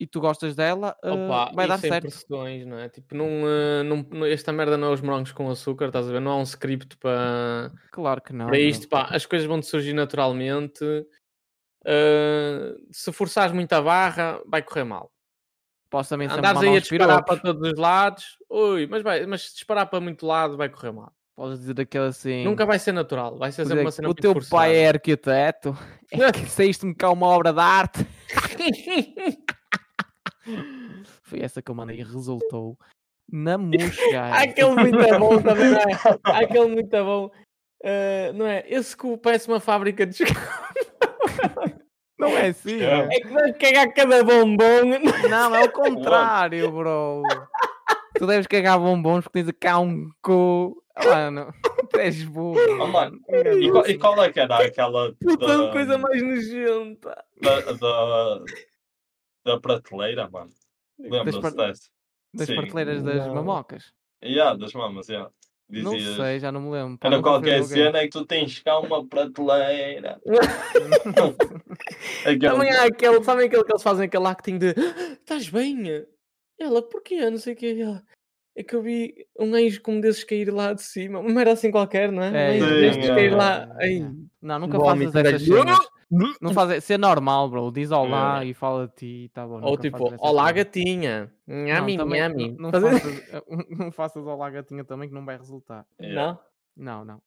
e tu gostas dela, eh, Opa, vai dar isso é certo. impressões, não é? Tipo, não, eh, não, não- esta merda não é os morangos com açúcar, estás a ver? Não há um script para, Claro que não. para meu. isto, pá. As coisas vão te surgir naturalmente. Eh, se forçares muito a barra, vai correr mal. Posso também ser Andares aí a mamão de disparar para piropos. todos os lados, ui, mas, vai, mas se disparar para muito lado, vai correr mal. Podes dizer aquele assim. Nunca vai ser natural, vai ser podes sempre uma dizer, cena é o muito teu forçada. pai é arquiteto. É que saíste-me cá uma obra de arte. Foi essa que eu mandei e resultou na mosca. Há aquele muito bom também, não é? Há aquele muito bom. eh, não é? Esse que parece uma fábrica de chocolate. Não é assim. Yeah. né? É que deve cagar cada bombom. Não, é o contrário, bro. Tu deves cagar bombons porque tens cá um cu. Ah, Mano, tu és burro. Oh, mano, mano. E qual, e qual é que era aquela Puta da, coisa mais nojenta. da, da, da prateleira, mano? Lembram-se par- dessa? Das Sim. prateleiras das Não. mamocas. Yeah, das mamas, yeah. Não Dizias, sei, já não me lembro. pá, era nunca fui qualquer ao lugar. cena é que tu tens cá uma prateleira. Aquela- é Também há aquele, sabem aquele que eles fazem aquele acting de "Ah, estás bem? Ela, porquê? Não sei o que. Ela, é que eu vi um anjo como desses cair lá de cima. Uma era assim qualquer, não é? Um É, anjo Sim, destes é, cair é, lá. é. Ai, Não, nunca vómito, faças essas era- cenas. Não faz... Ser normal, bro. Diz olá É. e fala de ti. Tá bom, Ou nunca tipo, faças essas olá cenas. gatinha. Não, Nhami, também nhami. Não, não, Fazer- faças, eh, um, não faças olá gatinha também que não vai resultar. Yeah. Não? Não, não.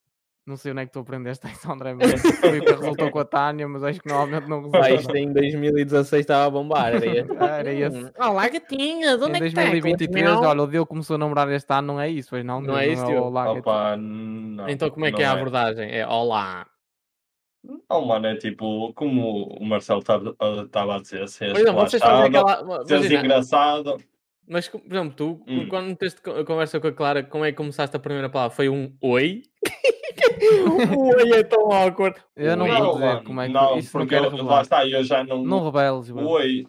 Não sei onde é que tu aprendeste essa, André. Mas foi o que resultou com a Tânia, mas acho que normalmente não Pá, resultou. isto em 2016 estava a bombar. Era esse. Ah, era esse. Hum, Olá gatinha, de onde Em é que tá? 2023, Não? olha, o Deu começou a namorar este ano, não é isso, pois não? Não Deus, é isso, Diogo? olá, gatinha. Opa, não, Então como é que não é a abordagem? É olá. Não, mano, é tipo, como o Marcelo estava a dizer, se és Por exemplo, vocês fazem relaxado, aquela. se és imagina, engraçado, Mas, co- por exemplo, tu, co- Hum. quando tens a conversa com a Clara, como é que começaste a primeira palavra? Foi um oi? o oi é tão awkward. Eu não Oi. vou dizer mano, como é que- não, isso não porque quero eu, lá revelar. está, eu já não, Não rebeles, bro. Oi.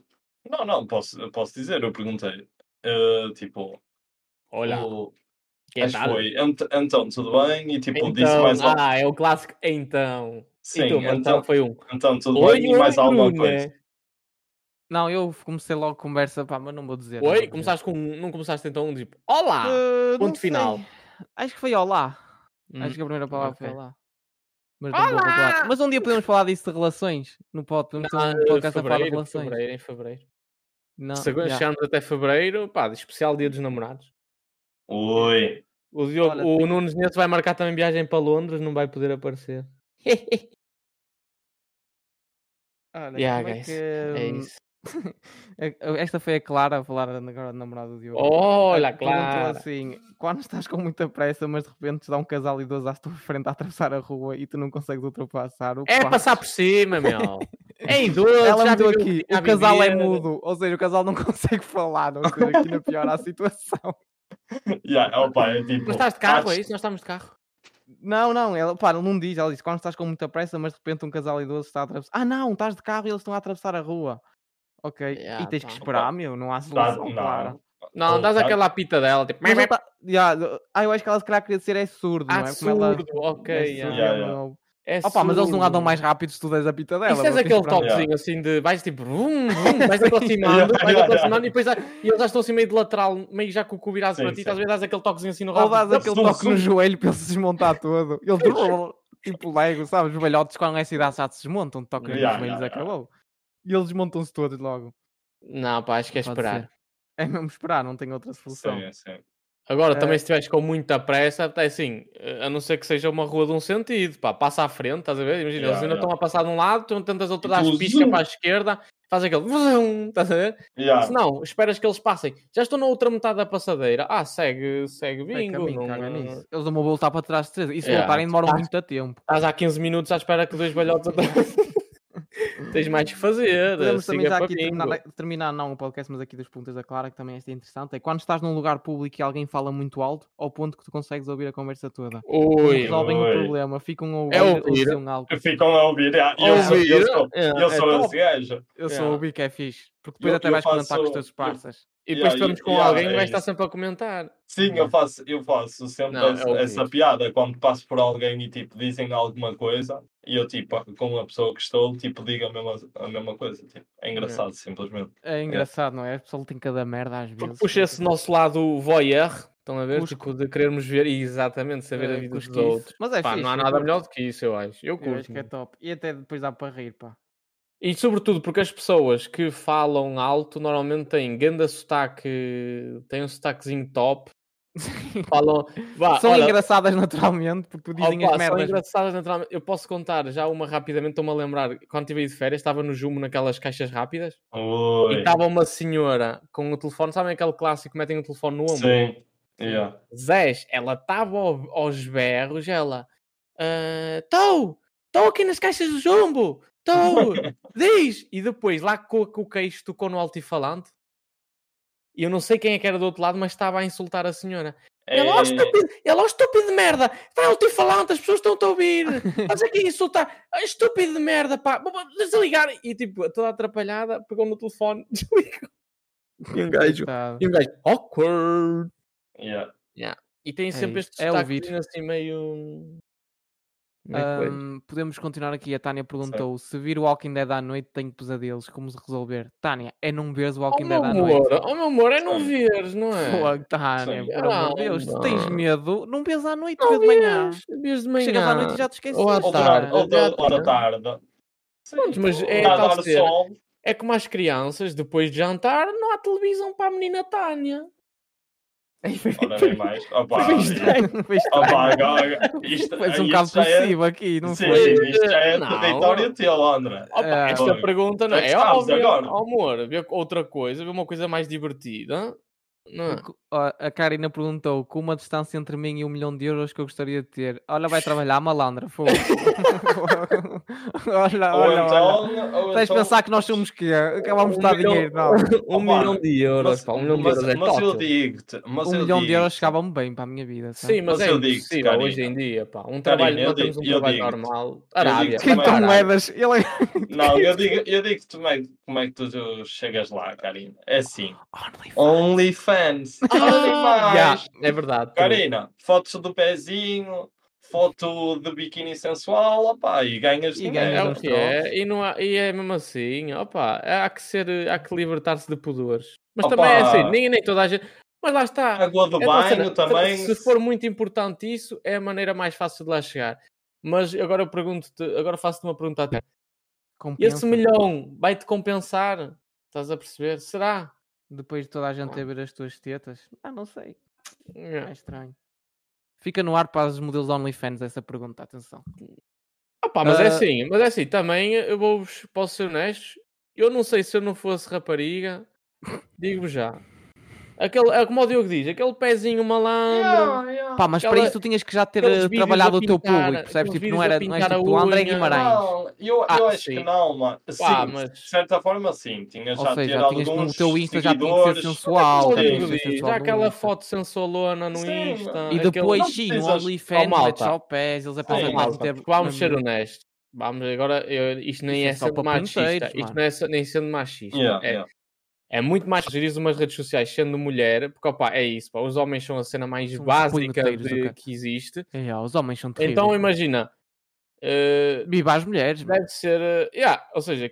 Não, não, posso, eu posso dizer, eu perguntei. eh, tipo, Olha, o- que é acho que tal? foi. "Ent- Então, tudo bem? E tipo, disse Então, mais alguma ah, é o clássico então. Sim, e tu, mano, então, então foi um. então, tudo Oi, bem? oi, E mais alguma Bruno, né? coisa. Não, eu comecei logo conversa, pá, mas não vou dizer. não vou Oi, dizer. começaste com. um- Não começaste então um tipo, olá! Eh, não ponto sei. final. Acho que foi olá. Hum, Acho que a primeira palavra foi ok. olá. Mas, não vou revelar. mas um dia podemos falar disso de relações. Não pode, podemos Ah, ter um podcast a falar de fevereiro, relações. fevereiro, em fevereiro. Não, Se agora já. chegarmos até fevereiro, pá, especial dia dos namorados. Oi. O, Diogo, Olha, o tem- Nunes Neto vai marcar também viagem para Londres, não vai poder aparecer. Olha, Yeah, como é guys, que, É hum, isso. a- a- Esta foi a Clara a falar agora do namorado do Diogo. Olha, Perguntou claro. assim, quando estás com muita pressa, mas de repente te dá um casal idoso à tua frente a atravessar a rua e tu não consegues ultrapassar o que É fazes? passar por cima, meu. É idoso, Ela já meteu viveu aqui, tinha a o casal é viver. mudo, ou seja, o casal não consegue falar, ou seja, aqui na pior há a situação. Yeah, opa, é tipo, Mas estás de carro, é acho- isso? Nós estamos de carro. Não, não, ela, pá, não diz, ela diz, quando estás com muita pressa, mas de repente um casal idoso está a atravessar. Ah não, estás de carro e eles estão a atravessar a rua. Ok, Yeah, e tens que tá. esperar, Opa, meu, não há Tá, solução, claro. não. Não, Oh, dás tá. aquela pita dela, tipo, Mas ela tá- yeah, ah, eu acho que ela se calhar queria ser é surdo, não é? Como ela- absurdo, Ah, ok. é yeah. surdo, yeah. é Yeah, novo. É Opa, mas eles não é surdo. andam mais rápido se tu des a pita dela. E se tens bro, aquele tens de esperar. toquezinho assim de vais tipo vum, vum, vais aproximando, vais Yeah, aproximando e depois dá- e eles já estão assim meio de lateral, meio já com o cu virado Sim, para ti, sim. estás a ver, dás aquele toquezinho assim no Ou rabo. dás tipo, aquele zoom, toque no zoom. joelho para ele se desmontar todo. Ele drrr, tipo Lego, sabes? Os velhotes quando é essa idade já se desmontam, tocam nos Yeah, joelhos yeah, yeah. acabou. E eles desmontam-se todos logo. Não, pá, acho que é Pode esperar. ser. É mesmo esperar, não tem outra solução. Sim, sim. Agora, Eh, também se estiveres com muita pressa, é assim, eh, a não ser que seja uma rua de um sentido, pá, passa à frente, estás a ver? Imagina, eles Yeah, ainda yeah. um. estão a passar de um lado, tu tentas tu alterar as pisca zoom. para a esquerda, faz aquele vzum, estás a ver? Yeah. Se não, esperas que eles passem. Já estou na outra metade da passadeira. Ah, segue, segue, É bingo. caminho, não- caga nisso. Eles vão voltar para trás de três. E se Yeah, voltarem tu demoram estás- muito tempo. Estás há 15 minutos à espera que dois balhotes atrás. Tens mais que fazer. Podemos também siga já para aqui terminar, bingo. terminar não o podcast, mas aqui dos pontos da Clara, que também esta é interessante. É quando estás num lugar público e alguém fala muito alto, ao ponto que tu consegues ouvir a conversa toda. Não Ui, resolvem ui. o problema, ficam a ouvir, É ou ouvir. diziam algo. Ficam a ouvir. yeah. E Eu sou, eu sou, É, eu é sou top. esse gajo. Eu só Yeah. ouvi que é fixe. Porque depois Eu- até eu vais comentar com os faço- teus eu- parças. E depois Yeah, estamos e- com yeah, alguém, o é gajo está isso. sempre a comentar. Sim, eu faço, eu faço sempre Não, é essa, horrível. essa piada quando passo por alguém e tipo dizem alguma coisa e eu tipo com a pessoa que estou tipo digo a mesma, a mesma coisa. Tipo, Uhum. é engraçado simplesmente. É engraçado, não é? A pessoa tem cada merda às Porque vezes. é puxa esse nosso lado voyeur, estão a ver? Cusco. Tipo, de querermos ver e exatamente saber a É, vida dos cusquice. outros. Mas é Pá, fixe, não há eu nada curto. melhor do que isso, eu acho. Eu Eu curto. acho que é meu. top. E até depois dá para rir, pá. E sobretudo porque as pessoas que falam alto normalmente têm ganda sotaque, têm um sotaquezinho top. Falam, vá, São Ah, olha, engraçadas naturalmente porque tu dizem opa, as são merdas. engraçadas naturalmente. Eu posso contar já uma rapidamente, estou-me a lembrar, quando estive aí de férias, estava no Jumo naquelas caixas rápidas Oi. e tá estava uma senhora com o telefone, sabem aquele clássico que metem o telefone no ombro? Sim. Yeah. Zés, ela estava ao- aos berros, ela. Estou! Estou aqui nas caixas do jumbo! Estou! Diz! E depois, lá com, com o queixo, tocou no altifalante. E eu não sei quem é que era do outro lado, mas estava a insultar a senhora. É, Ela, ó é um estúpido, ela, ó estúpido de merda! Vai ao altifalante, as pessoas estão-te a ouvir! Estás aqui a insultar! "Ah, Estúpido de merda, pá! Vou- vou Desligar! E tipo, toda atrapalhada, pegou no telefone, desligou. E um gajo, Coitado. e um gajo, awkward! É, yeah. E tem sempre isso. este É destaque ouvir. assim meio. como é ah, que foi? Ahm, podemos continuar aqui. A Tânia perguntou: se vir o Walking Dead à noite, tenho pesadelos. Como se resolver? Tânia, é não veres o Oh Walking meu Dead à noite. amor, oh meu amor, é não Sim. veres, não é? Fogo, Tânia, Sim. por amor de Deus. Se tens Não. medo, não vês à noite, Não vês de manhã. vês, vês de Que manhã. Chegas à noite e já te esqueces. Ou à Ou tarde, durante- ou da- exato, ou né? da tarde. Sim, Pronto, mas é tá a tal dar cena. sol. É como as crianças, depois de jantar, não há televisão para a menina Tânia. Ora nem mais. Opa, Foi estranho. Fez opa, agora, isto, Fez um isto bocado já é- possível aqui, não Sim, foi? isto já é Não. território teu, André. Opa, É. esta Olha, pergunta não já que é sabes óbvia. agora. Oh, amor, vê outra coisa, vê uma coisa mais divertida. Não. é? Co- ó, A Karina perguntou com uma distância entre mim e um milhão de euros que eu gostaria de ter. Olha, vai trabalhar, malandra. fogo. olha, Ou olha, Ah, olha. então. ou Tens de então- pensar que nós somos que acabamos de Um dar milhão- dinheiro, não. Um Opa, milhão de euros, pá, um milhão de mas- euros é mas eu tótil. digo-te. Mas Um eu milhão de digo-te. euros chegava-me bem para a minha vida. sabe? Sim, mas Mas é eu digo-te, impossível Karina. hoje em dia, pá. Um trabalho, Karina, eu nós temos um digo- eu trabalho digo-te. normal. Eu Arábia. digo-te também. vai para a Arábia. Criptomoedas. Ele... é Não, eu digo, eu digo te como é, como é que tu tu chegas lá, Karina. É assim. OnlyFans. Ah, Animais. já, é verdade. também. Karina, fotos do pezinho, foto de biquíni sensual, opá, e ganhas E dinheiro. ganhas um É o uns que é, e, não há- e é mesmo assim, opa, há que ser, há que libertar-se de pudores. Mas Opa. também é assim, nem, nem toda a gente. Mas lá está. Água Então, do é tal Então, banho cena, também. Se for muito importante isso, é a maneira mais fácil de lá chegar. Mas agora eu pergunto-te, agora faço-te uma pergunta a ti. Esse Compensa. milhão vai-te compensar? Estás a perceber? Será? Depois de toda a gente a ver as tuas tetas. Ah, não sei. É Yeah. estranho. Fica no ar para os modelos OnlyFans essa pergunta, atenção. Opa, mas é Ah. assim, mas é assim, também eu vou posso ser honesto, eu não sei se eu não fosse rapariga, digo já. Aquele, é como o Diogo diz, aquele pezinho um malandro. Yeah, yeah. Pá, mas para Aquela- isso tu tinhas que já ter aqueles eh, vídeos a trabalhado o teu pintar- público, percebes? aqueles Tipo, não, vídeos a era, não és pintar a tipo o André unha. Guimarães. Não, eu, Ah, eu acho sim. que não, mano. Sim, Pá, mas- de certa forma sim, tinha Ou já seja, ter já tinhas no alguns teu Insta já tinha que ser seguidores. sensual. Como o Já, Sim, tinha Diogo que ser sim. diz, sensual já no aquela Insta. foto sensualona no Sim, Insta. E depois, Não sim, o precisas- OnlyFans, Oh, malta. metes ao pés, eles é a pensam Sim, mais malta. tempo. Vamos ser honestos. Vamos, agora eu- isto nem Isto é, é só sendo para machista. punteiros, Isto mano. não é só- nem sendo machista. Yeah, é, yeah. é muito mais gerir umas redes sociais sendo mulher, porque opá, é isso, pá, os homens são a cena mais São os básica punheteiros, de- ok. que existe. É, ó, os homens são terríveis. Então mano. imagina, eh, Viva as mulheres, mano. deve ser, eh, yeah, ou seja,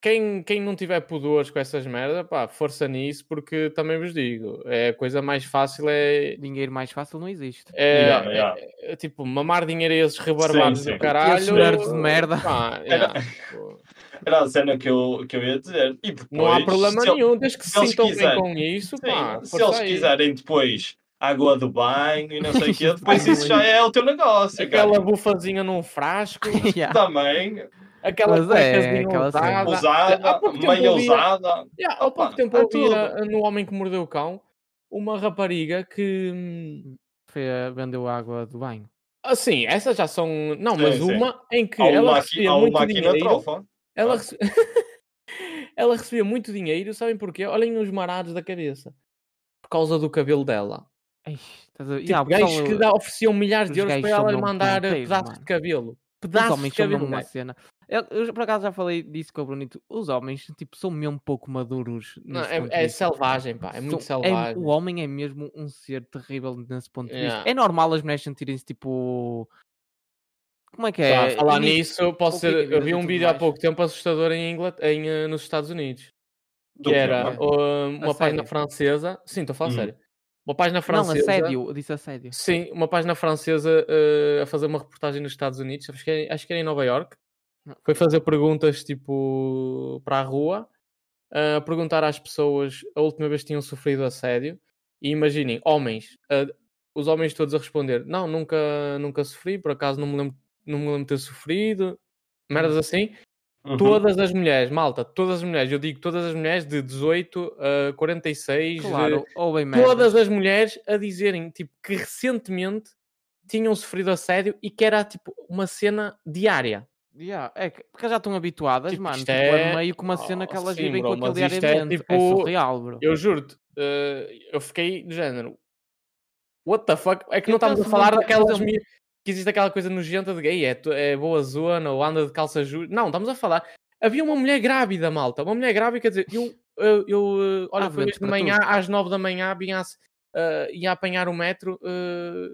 quem, quem não tiver pudores com essas merdas, pá, força nisso, porque também vos digo, é, a coisa mais fácil é, dinheiro mais fácil não existe. é, Yeah, é- yeah. é, tipo mamar dinheiro a esses rebarbados sim. do caralho. Esses nerds de merda. pá, é, yeah, pô, Era a cena que eu, que eu ia dizer. E depois, Não há problema se eu- nenhum, desde que se se eles sintam bem quiserem. com isso, Sim, pá, se eles força aí. quiserem depois água do banho e não sei o quê, depois isso já é o teu negócio. Aquela Aquela... bufazinha num frasco, Yeah. Também, aquela Mas é, cuecazinha aquela cena. usada. Há usada, pouco tempo meia Ah, eu vi- usada. Yeah, há pouco Opa, é tempo há eu vi a- no Homem que Mordeu o Cão uma rapariga que. hum, Foi a- vendeu água do banho. Assim, essas já são. Não, Sim, mas sim. uma em que Há ela uma aqui, recebia há muito uma aqui na dinheiro. trofa. Ela, Ah. rece- ela recebia muito dinheiro, sabem porquê? Olhem os marados da cabeça. Por causa do cabelo dela. Ei, estás a... Tipo, Yeah, o pessoal- gajos que dá- ofereciam milhares os de euros gajos para são ela lhe mesmo mandar punteiros, pedaços mano. de cabelo. Os Pedaços de homens são mesmo cabelo, uma gajo. cena. Eu, eu por acaso já falei disso com o Brunito. Os homens, tipo, são mesmo pouco maduros. Não, nesse é, ponto de é vista. selvagem, pá. É muito São- selvagem. o homem é mesmo um ser terrível nesse ponto de vista. Yeah. É normal as mulheres sentirem-se tipo. Como é que Pá, é? falar Ini- nisso, eu posso ser. Eu competitivas vi e um é tudo vídeo há mais. pouco tempo assustador em, Ingla- em, eh, nos Estados Unidos. Do Que é? era filme. uh, uma página Assédio. francesa. Sim, estou a falar Hum. sério. Uma página Não, francesa. assédio. Eu disse assédio. Sim, uma página francesa eh, a fazer uma reportagem nos Estados Unidos, acho que era, acho que era em Nova York. Não. Foi fazer perguntas tipo para a rua, eh, a perguntar às pessoas a última vez que tinham sofrido assédio. E imaginem, homens, eh, os homens todos a responder: Não, nunca, nunca sofri, por acaso não me lembro, não me lembro de ter sofrido, merdas assim. Uhum. Todas as mulheres, malta, todas as mulheres, eu digo todas as mulheres de 18 a 46, de- Claro, ou bem merda. todas as mulheres a dizerem tipo, que recentemente tinham sofrido assédio e que era tipo uma cena diária. Yeah, é que- porque já estão habituadas, Tipo, mano. isto Tipo, é... é- meio que uma cena que Oh, elas sim, vivem bro, com aquilo mas isto é diariamente. É, tipo- surreal, bro. Eu juro-te, eh, eu fiquei do género. What the fuck? É que não Então, estamos a se falar não- daquelas. então- mi- que existe aquela coisa nojenta de gay, é, tu- é boa zona ou anda de calça justa. Não, estamos a falar. Havia uma mulher grávida, malta. Uma mulher grávida, quer dizer, eu. eu, eu, eh, olha, Ah, foi doente hoje de para manhã, às nove da manhã, vinha a se- eh, ia apanhar o metro. eh,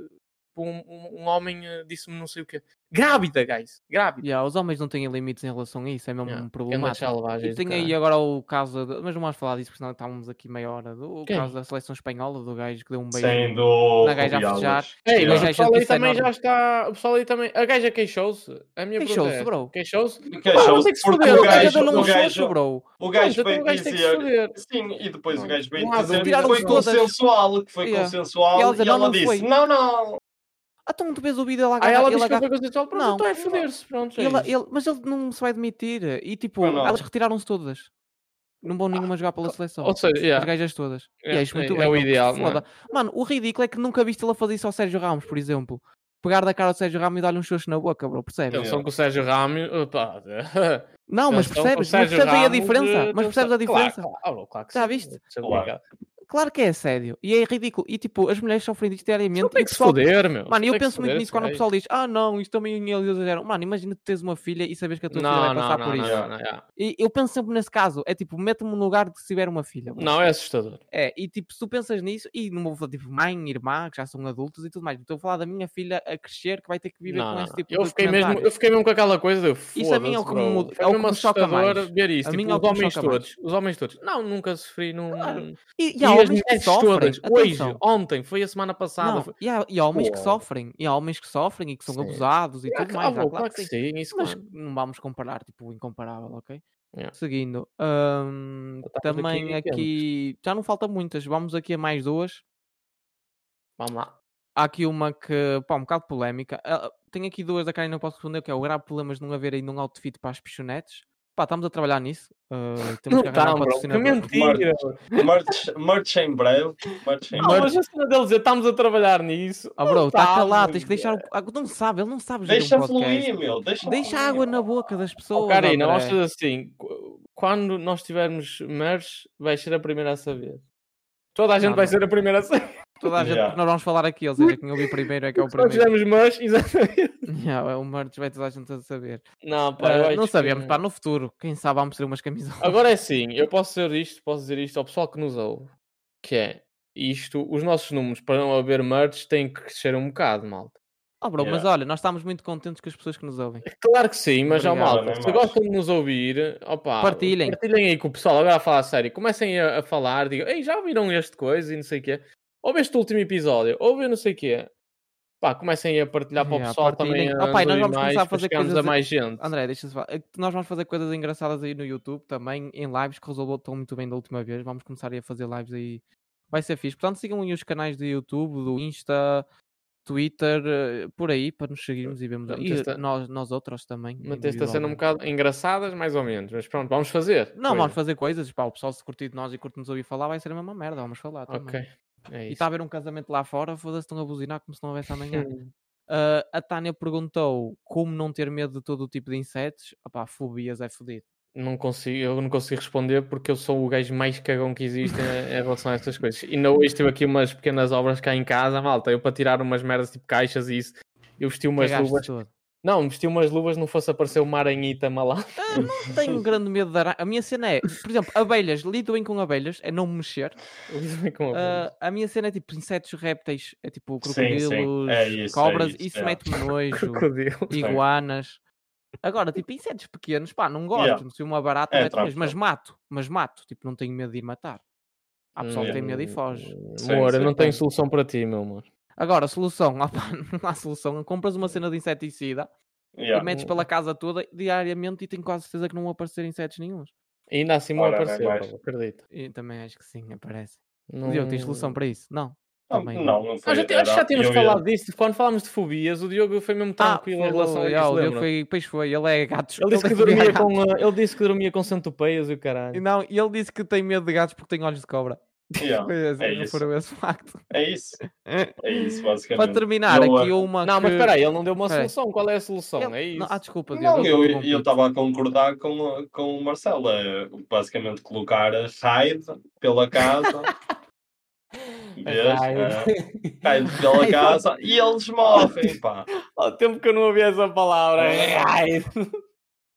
um, um- um homem eh, disse-me não sei o quê. Grávida, guys. Grávida. Yeah, os homens não têm limites em relação a isso, é mesmo Yeah, um Ganda problema. selvagem E do tem caralho. aí agora o caso, de- mas não vamos falar disso, porque senão estávamos aqui meia hora. Do, o Quem? caso da seleção espanhola, do gajo que deu um beijo. Sem do. Na gaja a Rubiales. festejar. Ei, É, mas Yeah. o A pessoal gente aí também já enorme. está. O pessoal aí também. A gaja queixou-se. A minha pergunta Queixou-se, é, bro. Queixou-se. Queixou-se é Ah, mas tem que se porque foder, o O gajo gajo- deu-lhe um o gajo- xoxo, bro. O Pronto, gajo então veio o gajo tem que se dizer. foder. Sim, e depois o Não, gajo veio não há É. dizer que dúvida. foi Tiraram todas. consensual, que foi Yeah. consensual, E e ela ela, disse, "Não, não disse, foi." não, não, Ah, então tu vês o vídeo lá Ah, ela ele disse que agarra- foi consensual. Pronto, Não. então é foder-se. Pronto, é ele- isso. ele- Mas ele não se vai admitir. E tipo, Pois não. elas retiraram-se todas. Não vão nenhuma jogar pela seleção. Ah, Ou seja, yeah, As gajas todas. yeah, e é isto muito é, bem. é o mano, que se ideal. não é? foda. Mano, o ridículo é que nunca viste ele a fazer isso ao Sérgio Ramos, por exemplo. Pegar da cara ao Sérgio Ramos e dar-lhe um xoxo na boca, bro, percebes? Eles são com o Sérgio Ramos. opá, Não, mas eles são com percebes, o mas Sérgio percebes aí a Ramos, diferença. eh, Mas percebes a atenção. Claro, diferença. Claro, claro, claro que Já sim, viste? isso é Claro. obrigado. Claro que é assédio. E é ridículo. E tipo, as mulheres sofrem disto diariamente. Não e tem o que se pessoal- foder, meu. Mano, eu Tem que se penso muito foder, nisso quando o caralho. pessoal diz Ah não, isto também eles exageram. Mano, imagina tu tens uma filha e sabes que a tua filha Não, vai não, passar não, por não, isso. isso. não, não. E eu penso sempre nesse caso. É tipo, mete-me no lugar de se tiver uma filha. bro. Não, é assustador. É, e tipo, se tu pensas nisso, e não vou falar tipo mãe, irmã, que já são adultos e tudo mais. Estou a falar da minha filha a crescer que vai ter que viver Não, com não, esse não. tipo eu de fiquei mesmo Eu comentários. fiquei mesmo com aquela coisa de Isso a mim é o "Foda-se, que bro." me- é Foi o que mesmo me choca assustador mais. ver isso. A tipo, mim é o os que me homens choca mais. todos. Os homens todos. Não, nunca sofri. Não... Claro. E, E, e há as homens que mulheres sofrem. todas. Hoje, atenção. ontem, foi a semana passada. Não, foi- e, há, e há homens que Pô. sofrem, e há homens que sofrem e que são Sim. abusados e Ah, tudo mais. claro, há, claro que sim. sim. Isso, Mas claro. não vamos comparar, tipo, o incomparável, ok? Yeah. Seguindo, hum, Já estamos também aqui em aqui, já não falta muitas, vamos aqui a mais duas. Vamos lá. Há aqui uma que, pá, um bocado polémica. Ah, Tenho aqui duas da Karen não posso responder, que é o grave problema de não haver ainda um outfit para as pichonetes. Pá, estamos a trabalhar nisso. ah, temos Não que arranjar tá, um bro. Que patrocinador. mentira. não. Merch, merch em breve. Merch em Não, breve. mas a cena dele dizer estamos a trabalhar nisso. Ah, bro, Não está tá, calado, meu tens que deixar. o- Ah, Não sabe, ele não sabe gerir Deixa um podcast. fluir, meu. Deixa, Deixa a fluir. água na boca das Oh, pessoas. Karina, nós André. assim, qu- quando nós tivermos merch, vais ser a primeira a saber. Toda a gente Não, vai não. ser a primeira a saber. Toda a gente Yeah. que nós vamos falar aqui, ou seja, quem ouvir primeiro é que é o Se nós primeiro. tivermos merch, exatamente. Yeah, é o merch vai toda a gente a saber. Não, pá, eu Ah, acho não que- é. sabemos, pá, no futuro, quem sabe vamos ter umas camisolas. Agora é sim, eu posso dizer isto, posso dizer isto ao pessoal que nos ouve, que é isto, os nossos números para não haver merch têm que crescer um bocado, malta. É Oh, bro, mas Yeah. olha, nós estamos muito contentes com as pessoas que nos ouvem. Claro que sim, mas ó Obrigado, não é malta, se mais. gostam de nos ouvir, opa, Partilhem. partilhem aí com o pessoal, agora a falar a sério, comecem a, a falar, digam, ei, já ouviram este coisa e não sei o quê, ouve este último episódio, ouve não sei o quê. Pá, comecem a partilhar para Yeah, o pessoal partilhem. também a Opa, e nós nos ouvir vamos começar a mais, para fazer chegarmos a coisas- mais gente. André, deixa-se falar. É que Nós vamos fazer coisas engraçadas aí no YouTube também, em lives, que resultou muito bem da última vez. Vamos começar aí a fazer lives aí. Vai ser fixe. Portanto, sigam aí os canais do YouTube, do Insta, Twitter, eh, por aí, para nos seguirmos e vermos. Portanto, E esta- nós, nós outros também. Manter-se a sendo um individualmente. bocado engraçadas, mais ou menos, mas pronto, vamos fazer. Não, coisas. vamos fazer coisas. Pá, o pessoal se curtir de nós e curte nos ouvir falar, vai ser a mesma merda. Vamos falar também. Ok, é E isso. está a haver um casamento lá fora, foda-se, estão a buzinar como se não houvesse amanhã. Ah, a Tânia perguntou como não ter medo de todo o tipo de insetos. Opá, fobias é fodido. Não consigo, eu não consigo responder porque eu sou o gajo mais cagão que existe em, em relação a estas coisas. E não hoje tive aqui umas pequenas obras cá em casa, malta. Eu para tirar umas merdas tipo caixas e isso, eu vesti umas Cagaste luvas. todo. Não, vestiu umas luvas, não fosse aparecer uma aranhita malada. Ah, não tenho grande medo de aranha. A minha cena é, por exemplo, abelhas, lido bem com abelhas, é não me mexer. Lido bem com abelhas. Ah, a minha cena é tipo insetos répteis, é tipo Sim, sim. crocodilos, É isso, é cobras, isso, isso é. mete-me nojo, Crocodilo. iguanas. Agora, tipo, insetos pequenos, pá, não gosto. Yeah. Se uma barata É mete nojo, tráfico. mas mato, mas mato, tipo, não tenho medo de ir matar. Há pessoal que tem Hum, medo e foge. Sim, Hum, Amor, eu sim, não sim. tenho solução para ti, meu amor. Agora, solução, opá, não há solução. Compras uma cena de inseticida Yeah. e metes pela casa toda diariamente e tenho quase certeza que não vão aparecer insetos nenhums. E ainda assim não Ora, bem, apareceu, mais. pá, acredito. E também acho que sim, aparece. Não... Diogo, tens solução para isso? Não. Ah, também. Não, não foi. Nós já, te- acho que já era- tínhamos eu ia- falado disso. Quando falámos de fobias, o Diogo foi mesmo tranquilo em foi relação o- a ah, isso, o Diogo lembra? foi, pois foi, ele é gatos. Ele disse, que tem medo de dormia gatos. com, ah, ele disse que dormia com centopeias e o E caralho. Não, e ele disse que tem medo de gatos porque tem olhos de cobra. Ah, Yeah, Foi esse, é isso. foram esse facto. É isso. É isso, basicamente. Para terminar, Eu, aqui ah, uma. Não, que... mas espera aí, ele não deu uma Espera aí. solução. Qual é a solução? Ele- É isso. Não, ah, desculpa, Diogo. Não, te eu interrompi. eu estava a concordar com, com o Marcelo. É basicamente colocar a raid pela casa. Vês? É, raid pela casa e eles morrem, pá. Há tempo que eu não ouvi essa palavra. É, Raid.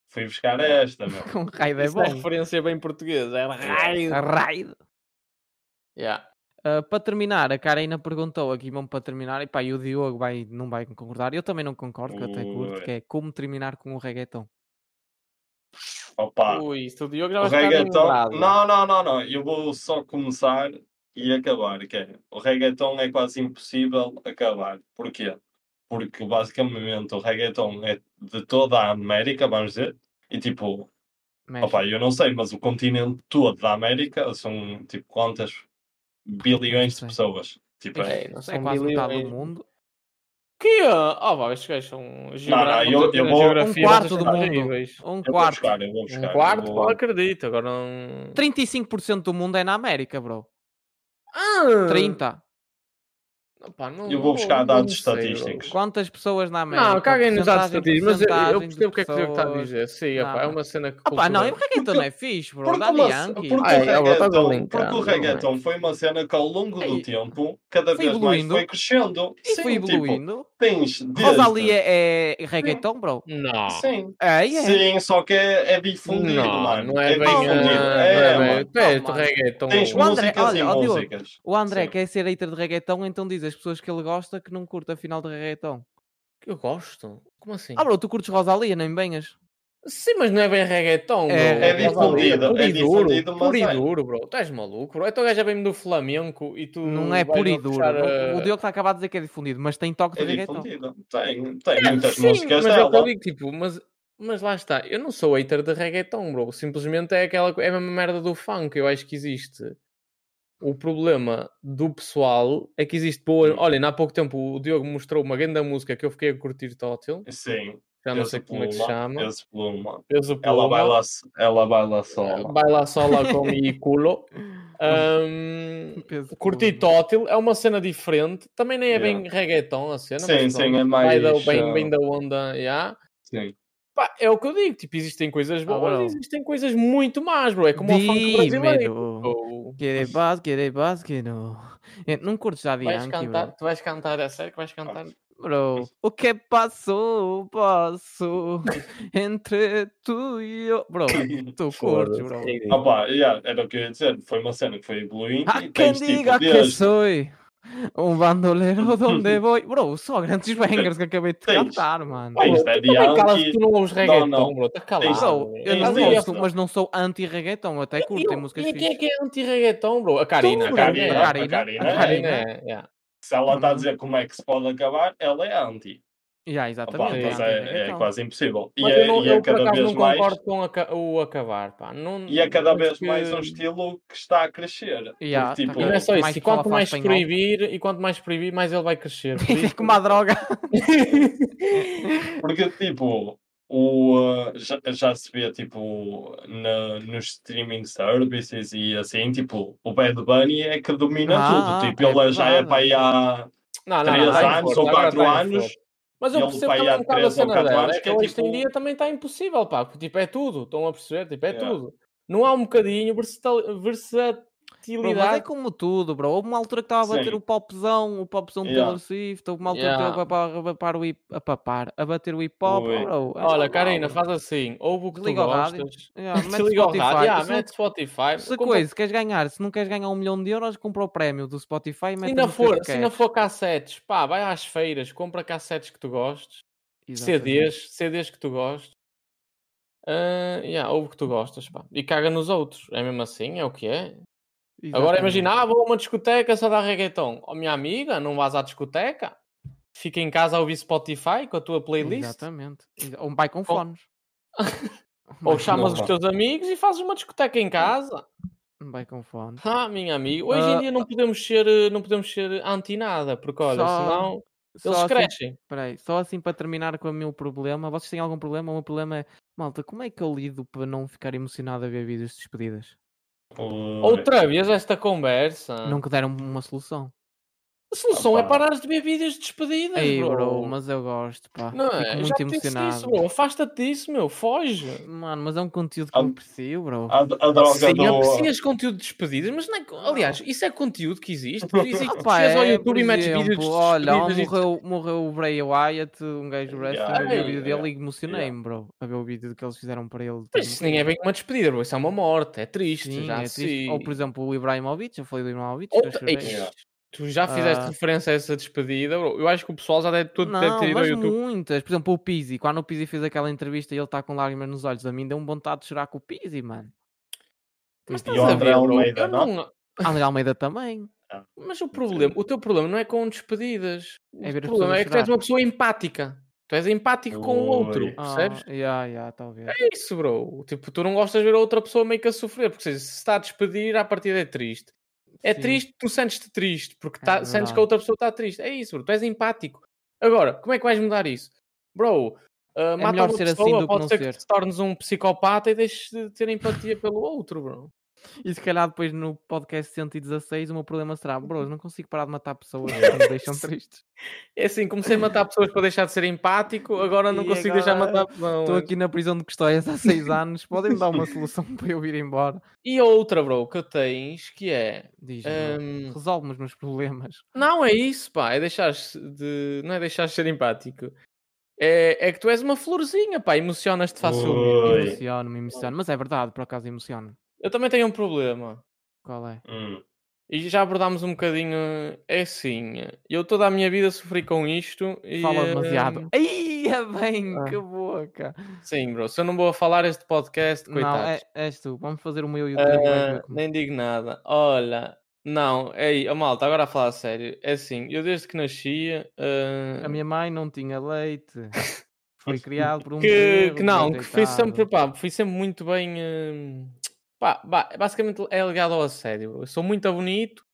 Fui buscar esta, meu. Com raio é Isso é bom. referência bem portuguesa. É raid. A Raid. Yeah. Ah, para terminar, a Karina perguntou aqui, mesmo para terminar, e pá, e o Diogo vai, não vai concordar. Eu também não concordo, que eu até curto, Ui. que é como terminar com o reggaeton. Ah. Opa. Ui, isto o Diogo já O vai ficar reggaeton. lembrado. Não, não, não, não. Eu vou só começar e acabar. Que é, o reggaeton é quase impossível acabar. Porquê? Porque basicamente o reggaeton é de toda a América, vamos dizer. E tipo, Mas, Opa, eu não sei, mas o continente todo da América são tipo quantas bilhões de sei. pessoas? Tipo, é. É, não é são quase metade do bilhões. mundo. Que? Ah, vá, estes gajos são geogra- eu- vamos eu ter vou- geografia, Um quarto vocês do são mundo. terríveis. Um Eu vou quarto. buscar, eu vou buscar. Um eu quarto, vou- pá, acredito. Agora não. 35% do mundo é na América, bro. Ah! 30. Opa, não- Eu vou buscar não dados sei, bro. estatísticos. Quantas pessoas na América? Não, caguem nos dados Porcentagem, estatísticos, mas eu- eu porcentagem de percebo o que é que o Diogo está a pessoas. dizer. Sim, Não, opa, é mas- uma cena que. Opa, não, e o cultura- reggaeton Porque- é fixe, bro. Porque, Daddy um uma- Yankee. porque o Ai, é, bro, estás a um reggaeton, brincar, porque o não é? um reggaeton foi uma cena que ao longo do Ei, tempo cada foi vez evoluindo. mais foi crescendo. E Sim, foi tipo, evoluindo. tens desde- Rosalia é, é reggaeton, bro? Não. Sim, É, é. sim, só que é, é difundido, não, mano. não é bem. difundido. ah, É, não é mano. bem. Tu és Não, do mano. reggaeton. Tens O André- músicas olha, e ó, Diogo, músicas. O André Sim. quer ser hater de reggaeton, então diz às pessoas que ele gosta que não curta a final de reggaeton. Eu gosto. Como assim? Ah, bro, tu curtes Rosalia, nem venhas. Sim, mas não é bem reggaeton, É, bro. é difundido, puro é e duro, difundido, mas puro é. e duro, bro. Tu és maluco, bro. Então o gajo é bem do flamenco e tu. Não é vais puro e lá duro. puxar, O- ah, O Diogo está a acabar de dizer que é difundido, mas tem toque de É reggaeton. difundido. Tem, tem muitas Sim, músicas mas é o que eu dela. digo, tipo, mas, mas lá está, eu não sou hater de reggaeton, bro. Simplesmente é aquela co- é a mesma merda do funk, eu acho que existe. O problema do pessoal é que existe boa. Olhem, há pouco tempo o Diogo mostrou uma grande música que eu fiquei a curtir tótil, Sim, já não Peso sei como é que se Pluma, chama. Peso Pluma. Peso Ela Pluma, baila, ela baila sola. Baila sola com mi culo. Ahm, Peso curti pluma. tótil, é uma cena diferente, também nem é Yeah. bem reggaeton a cena, Sim, mas sim, pronto, é vai da- mais, bem, ah, bem da onda, yeah. Sim. Pá, é o que eu digo, tipo, existem coisas boas, Ah, bro. existem coisas muito más, bro. É como o funk brasileiro. Dímelo. bro. Quere bas, quere bas, que não. É, Não curtes Daddy Vais Yankee, cantar, bro. tu vais cantar, é sério que vais cantar? Ah, Bro, o que passou, passou entre tu e eu. Bro, tu curtes, É bro. Opa, Ah, yeah, era o que eu ia dizer. Foi uma cena que foi evoluindo. Há e quem tens, diga tipo, que desde, sou um bandoleiro de onde vou. Bro, só grandes bangers que acabei de Tens- cantar, mano. tens Bro, Daddy tu também calas que Yankee. tu não ouves reggaeton, não. bro. Tá Tens- Bro, calado. bro. eu não Tens Estás a gosto, isso. mas não sou anti-reggaeton. Até E- curto, tem e- músicas E quem é fixas. que é anti-reggaeton, bro? A Karina, Tu, a bro, Karina. Karina, a é. a Karina, Karina A Karina é. é, yeah. Se ela está a Uhum. dizer como é que se pode acabar, ela é anti. Yeah, Opa, exatamente. mas é é, é anti-reggaeton. quase impossível. E Mas é, eu, não, e é eu, por cada acaso vez não mais. concordo com aca- o acabar, pá. Não, E é cada acho vez mais um que- estilo que está a crescer. Yeah, Porque, tá tipo, E não é só Mais isso, e quanto fala, mais fala espanhol. proibir, e quanto mais proibir, mais ele vai crescer. por É isso- como a droga. Porque, tipo, o, uh, já, já se vê, tipo, na, nos streaming services e assim, tipo, o Bad Bunny é que domina Ah, tudo. Tipo, é ele já é verdade. para aí há Não, não, 3 não, tá em anos forte, ou agora 4 tá em anos. forte. Mas eu Ele percebo vai também há um bocado a três ou cena quatro dela, anos, é que que é hoje em tipo- dia também está impossível, pá, porque tipo, é tudo, estão a perceber, tipo, é Yeah. tudo. Não há um bocadinho versatil... versa- Bro, mas é futilidade. como tudo, bro. Houve uma altura que estava a bater Sim. o popzão, o popzão do Yeah. Taylor Swift, houve uma altura Yeah. que estava a papar, a papar o hip, a papar, a bater o hip hop, Ui. bro. é Olha, normal, Karina, bro. faz assim. Ouve o que tu Desliga o rádio. gostas. Yeah, mete Desliga o Spotify. rádio. Yeah, Se- mete Spotify. Se compra- coisa, queres ganhar, se não queres ganhar um milhão de euros, compra o prémio do Spotify e Se mete ainda, as músicas for, que se ainda queres. for cassetes, pá, vai às feiras, compra cassetes que tu gostes, Exatamente. CDs, CDs que tu gostes. Ah, yeah, ouve o que tu gostas, pá. E caga nos outros. É mesmo assim, é o que é. Agora Exatamente. imagina, ah, vou a uma discoteca só dar reggaeton. Oh, minha amiga, não vás à discoteca. Fica em casa a ouvir Spotify com a tua playlist. Exatamente. Exa- Ou vai com fones. Ou Vai- chamas Não, os teus amigos e fazes uma discoteca em casa. Vai com fones. Ah, minha amiga, hoje Ah. em dia não podemos ser, eh, não podemos ser anti-nada, porque olha, Só- senão eles Só assim crescem. Peraí, só assim para terminar com o meu problema, vocês têm algum problema? O meu problema é, malta, como é que eu lido para não ficar emocionado a ver vídeos de despedidas? Tipo, é. Outra vez é esta conversa. Não que deram uma solução. A solução é Opa. parares de ver vídeos de despedidas, Ei, bro, bro. mas eu gosto, pá. Não é? Fico Eu muito já te disse emocionado. Isso, bro. Afasta-te disso, meu. Foge. Mano, mas é um conteúdo que eu Ah, aprecio, bro. A, a droga Sim, é do. aprecias conteúdo de despedidas, mas não é... co- aliás, isso é conteúdo que existe. Tu dizes que Pá, chegas ao é, YouTube por e metes vídeos exemplo, de Olha, um ó, despedidas. e- morreu, morreu o Bray Wyatt, um gajo wrestling, Yeah, eu vi o vídeo yeah, dele e emocionei-me, bro. A ver o vídeo que eles fizeram para ele. Mas tipo, isso nem é bem uma despedida, bro. Isso é uma morte. É triste. sim, já é triste. Ou, por assim. exemplo, o Ibrahimovic, eu falei do Ibrahimovic, que é. eu Outra- chorei. Ei, Tu já fizeste Ah. referência a essa despedida, bro. Eu acho que o pessoal já deve, todo, deve Não, ter ido ao mas YouTube. muitas. Por exemplo, o Pizzi. Quando o Pizzi fez aquela entrevista e ele está com lágrimas nos olhos, a mim deu-me vontade de chorar com o Pizzi, mano. Mas Tipo, estás o a André ver, bro. Almeida, Eu não? não- André Almeida também. Mas o problema, o teu problema não é com despedidas. O É ver as problema pessoas é que tu és chorar. uma pessoa empática. Tu és empático com o outro, Ui. Ah, percebes? yeah, yeah, talvez. É isso, bro. Tipo, tu não gostas de ver a outra pessoa meio que a sofrer, porque se se está a despedir, à partida é triste. É Sim. triste, tu sentes-te triste, porque tá- sentes que verdade. a outra pessoa está triste. É isso, bro. Tu és empático. Agora, como é que vais mudar isso? Bro, uh, mata melhor uma ser assim pessoa, do que pode não ser, ser. que te tornes um psicopata e deixes de ter empatia pelo outro, bro. E se calhar depois no podcast 116 o meu problema será, bro, eu não consigo parar de matar pessoas que me deixam tristes. É assim, comecei a matar pessoas para deixar de ser empático, agora não E consigo deixar de agora matar é. pessoas. Estou aqui na prisão de custóias há 6 anos, podem-me dar uma solução para eu ir embora. E outra, bro, que tens, que é... diz hum, resolve-me os meus problemas. Não, é isso, pá. É deixar de. Não é deixar de ser empático. É, é que tu és uma florzinha, pá. Emocionas-te facilmente. Ui. Emociono-me, emociono, mas é verdade, por acaso emociono. Eu também tenho um problema. Qual é? Hum. E já abordámos um bocadinho. É assim. Eu toda a minha vida sofri com isto. E, Fala eh, demasiado. Aí é bem, ah. que boca. eh, Sim, bro. Se eu não vou a falar este podcast, Não, coitado. é, és tu. Vamos fazer o meu YouTube. vais ver como- nem digo nada. Olha. Não, é aí, oh, malta, agora a falar a sério. É assim, eu desde que nasci. eh, é. A minha mãe não tinha leite. Foi criado por um que, bezerro que não, que fui sempre, rejeitado. pá, fui sempre muito bem. hum, pá, ba- basicamente é ligado ao assédio. bro. Eu sou muito bonito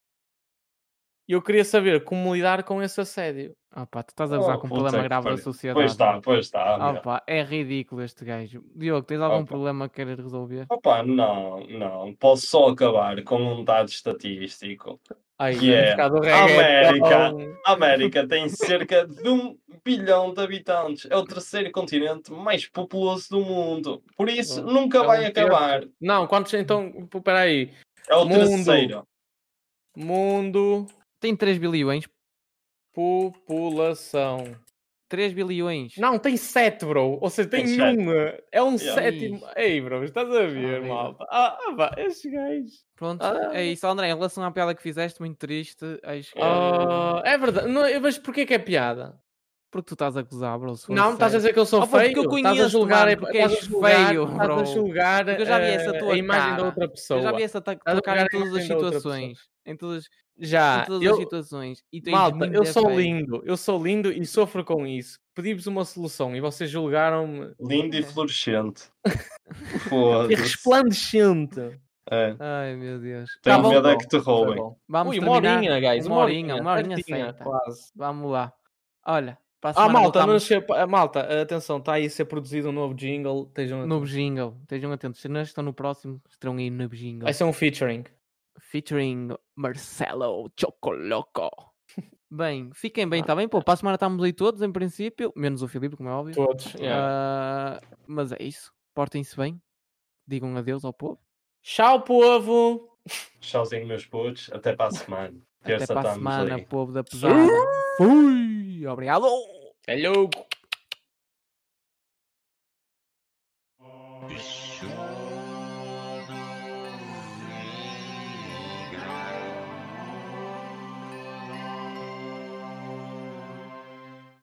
e eu queria saber como lidar com esse assédio. Ah pá, tu estás a gozar Oh, com um puta problema que grave da pariu. sociedade. Pois está, pois tá, está. Ah meu. pá, é ridículo este gajo. Diogo, tens algum Opa. problema que queiras resolver? Opa, não, não. Posso só acabar com um dado estatístico. Ai, Que é um América. A América tem cerca de um bilhão de habitantes. É o terceiro continente mais populoso do mundo. Por isso, Bom, nunca é vai um acabar. Não, quantos então? pô, Peraí. É o Mundo. terceiro. Mundo, Tem 3 bilhões. população. 3 bilhões. Não, tem sete, bro. Ou seja, tem, Tem sete. um. É um Yeah. sétimo. Ei, bro, estás a ver, Amigo. malta? Ah, ah, pá, estes gajos. Pronto, Ah. é isso, André. Em relação à piada que fizeste, muito triste. Acho que. Ah, é verdade, não, eu- mas porquê que é piada? Porque tu estás a gozar, bro. se for não, estás a dizer que é. Ah, eu sou Opa, porque feio? eu estás a conheço-te, julgar, é mano, a- porque estás a és julgar, feio, estás a bro. julgar Porque eu já vi essa eh, tua a imagem cara. da outra pessoa. Eu já vi essa ta- a tua cara em jogar a todas as imagem da outra pessoa. situações. Em todas, Já, em todas eu- as situações. E tu és malta, muito eu sou feio. lindo, eu sou lindo e sofro com isso. Pedi-vos uma solução e vocês julgaram-me Lindo e fluorescente. e Foda-se. resplandecente. É. Ai meu Deus. Tá Tenho bom, medo é bom. que te Foi roubem. bom. Vamos Ui, uma terminar. horinha, guys. Uma horinha, uma horinha certinha, certa. quase. Vamos lá. Olha, para a Ah, semana malta, não voltamos- chega- ah, malta, atenção, está aí a ser produzido um novo jingle. Estejam Novo jingle. Estejam atentos. Se não estão no próximo, estarão aí no jingle. Vai ser um featuring. Featuring Marcelo Chocoloco. bem, fiquem Ah, bem, está bem? é. Pô, para a semana estamos aí todos, em princípio. Menos o Filipe, como é óbvio. Todos. yeah. Ah, mas é isso. Portem-se bem. Digam adeus ao povo. Tchau, povo! Tchauzinho, meus putos. Até para a semana. Até Terça para a estamos semana, aí. povo da pesada. Fui! Obrigado! Hello! Bish.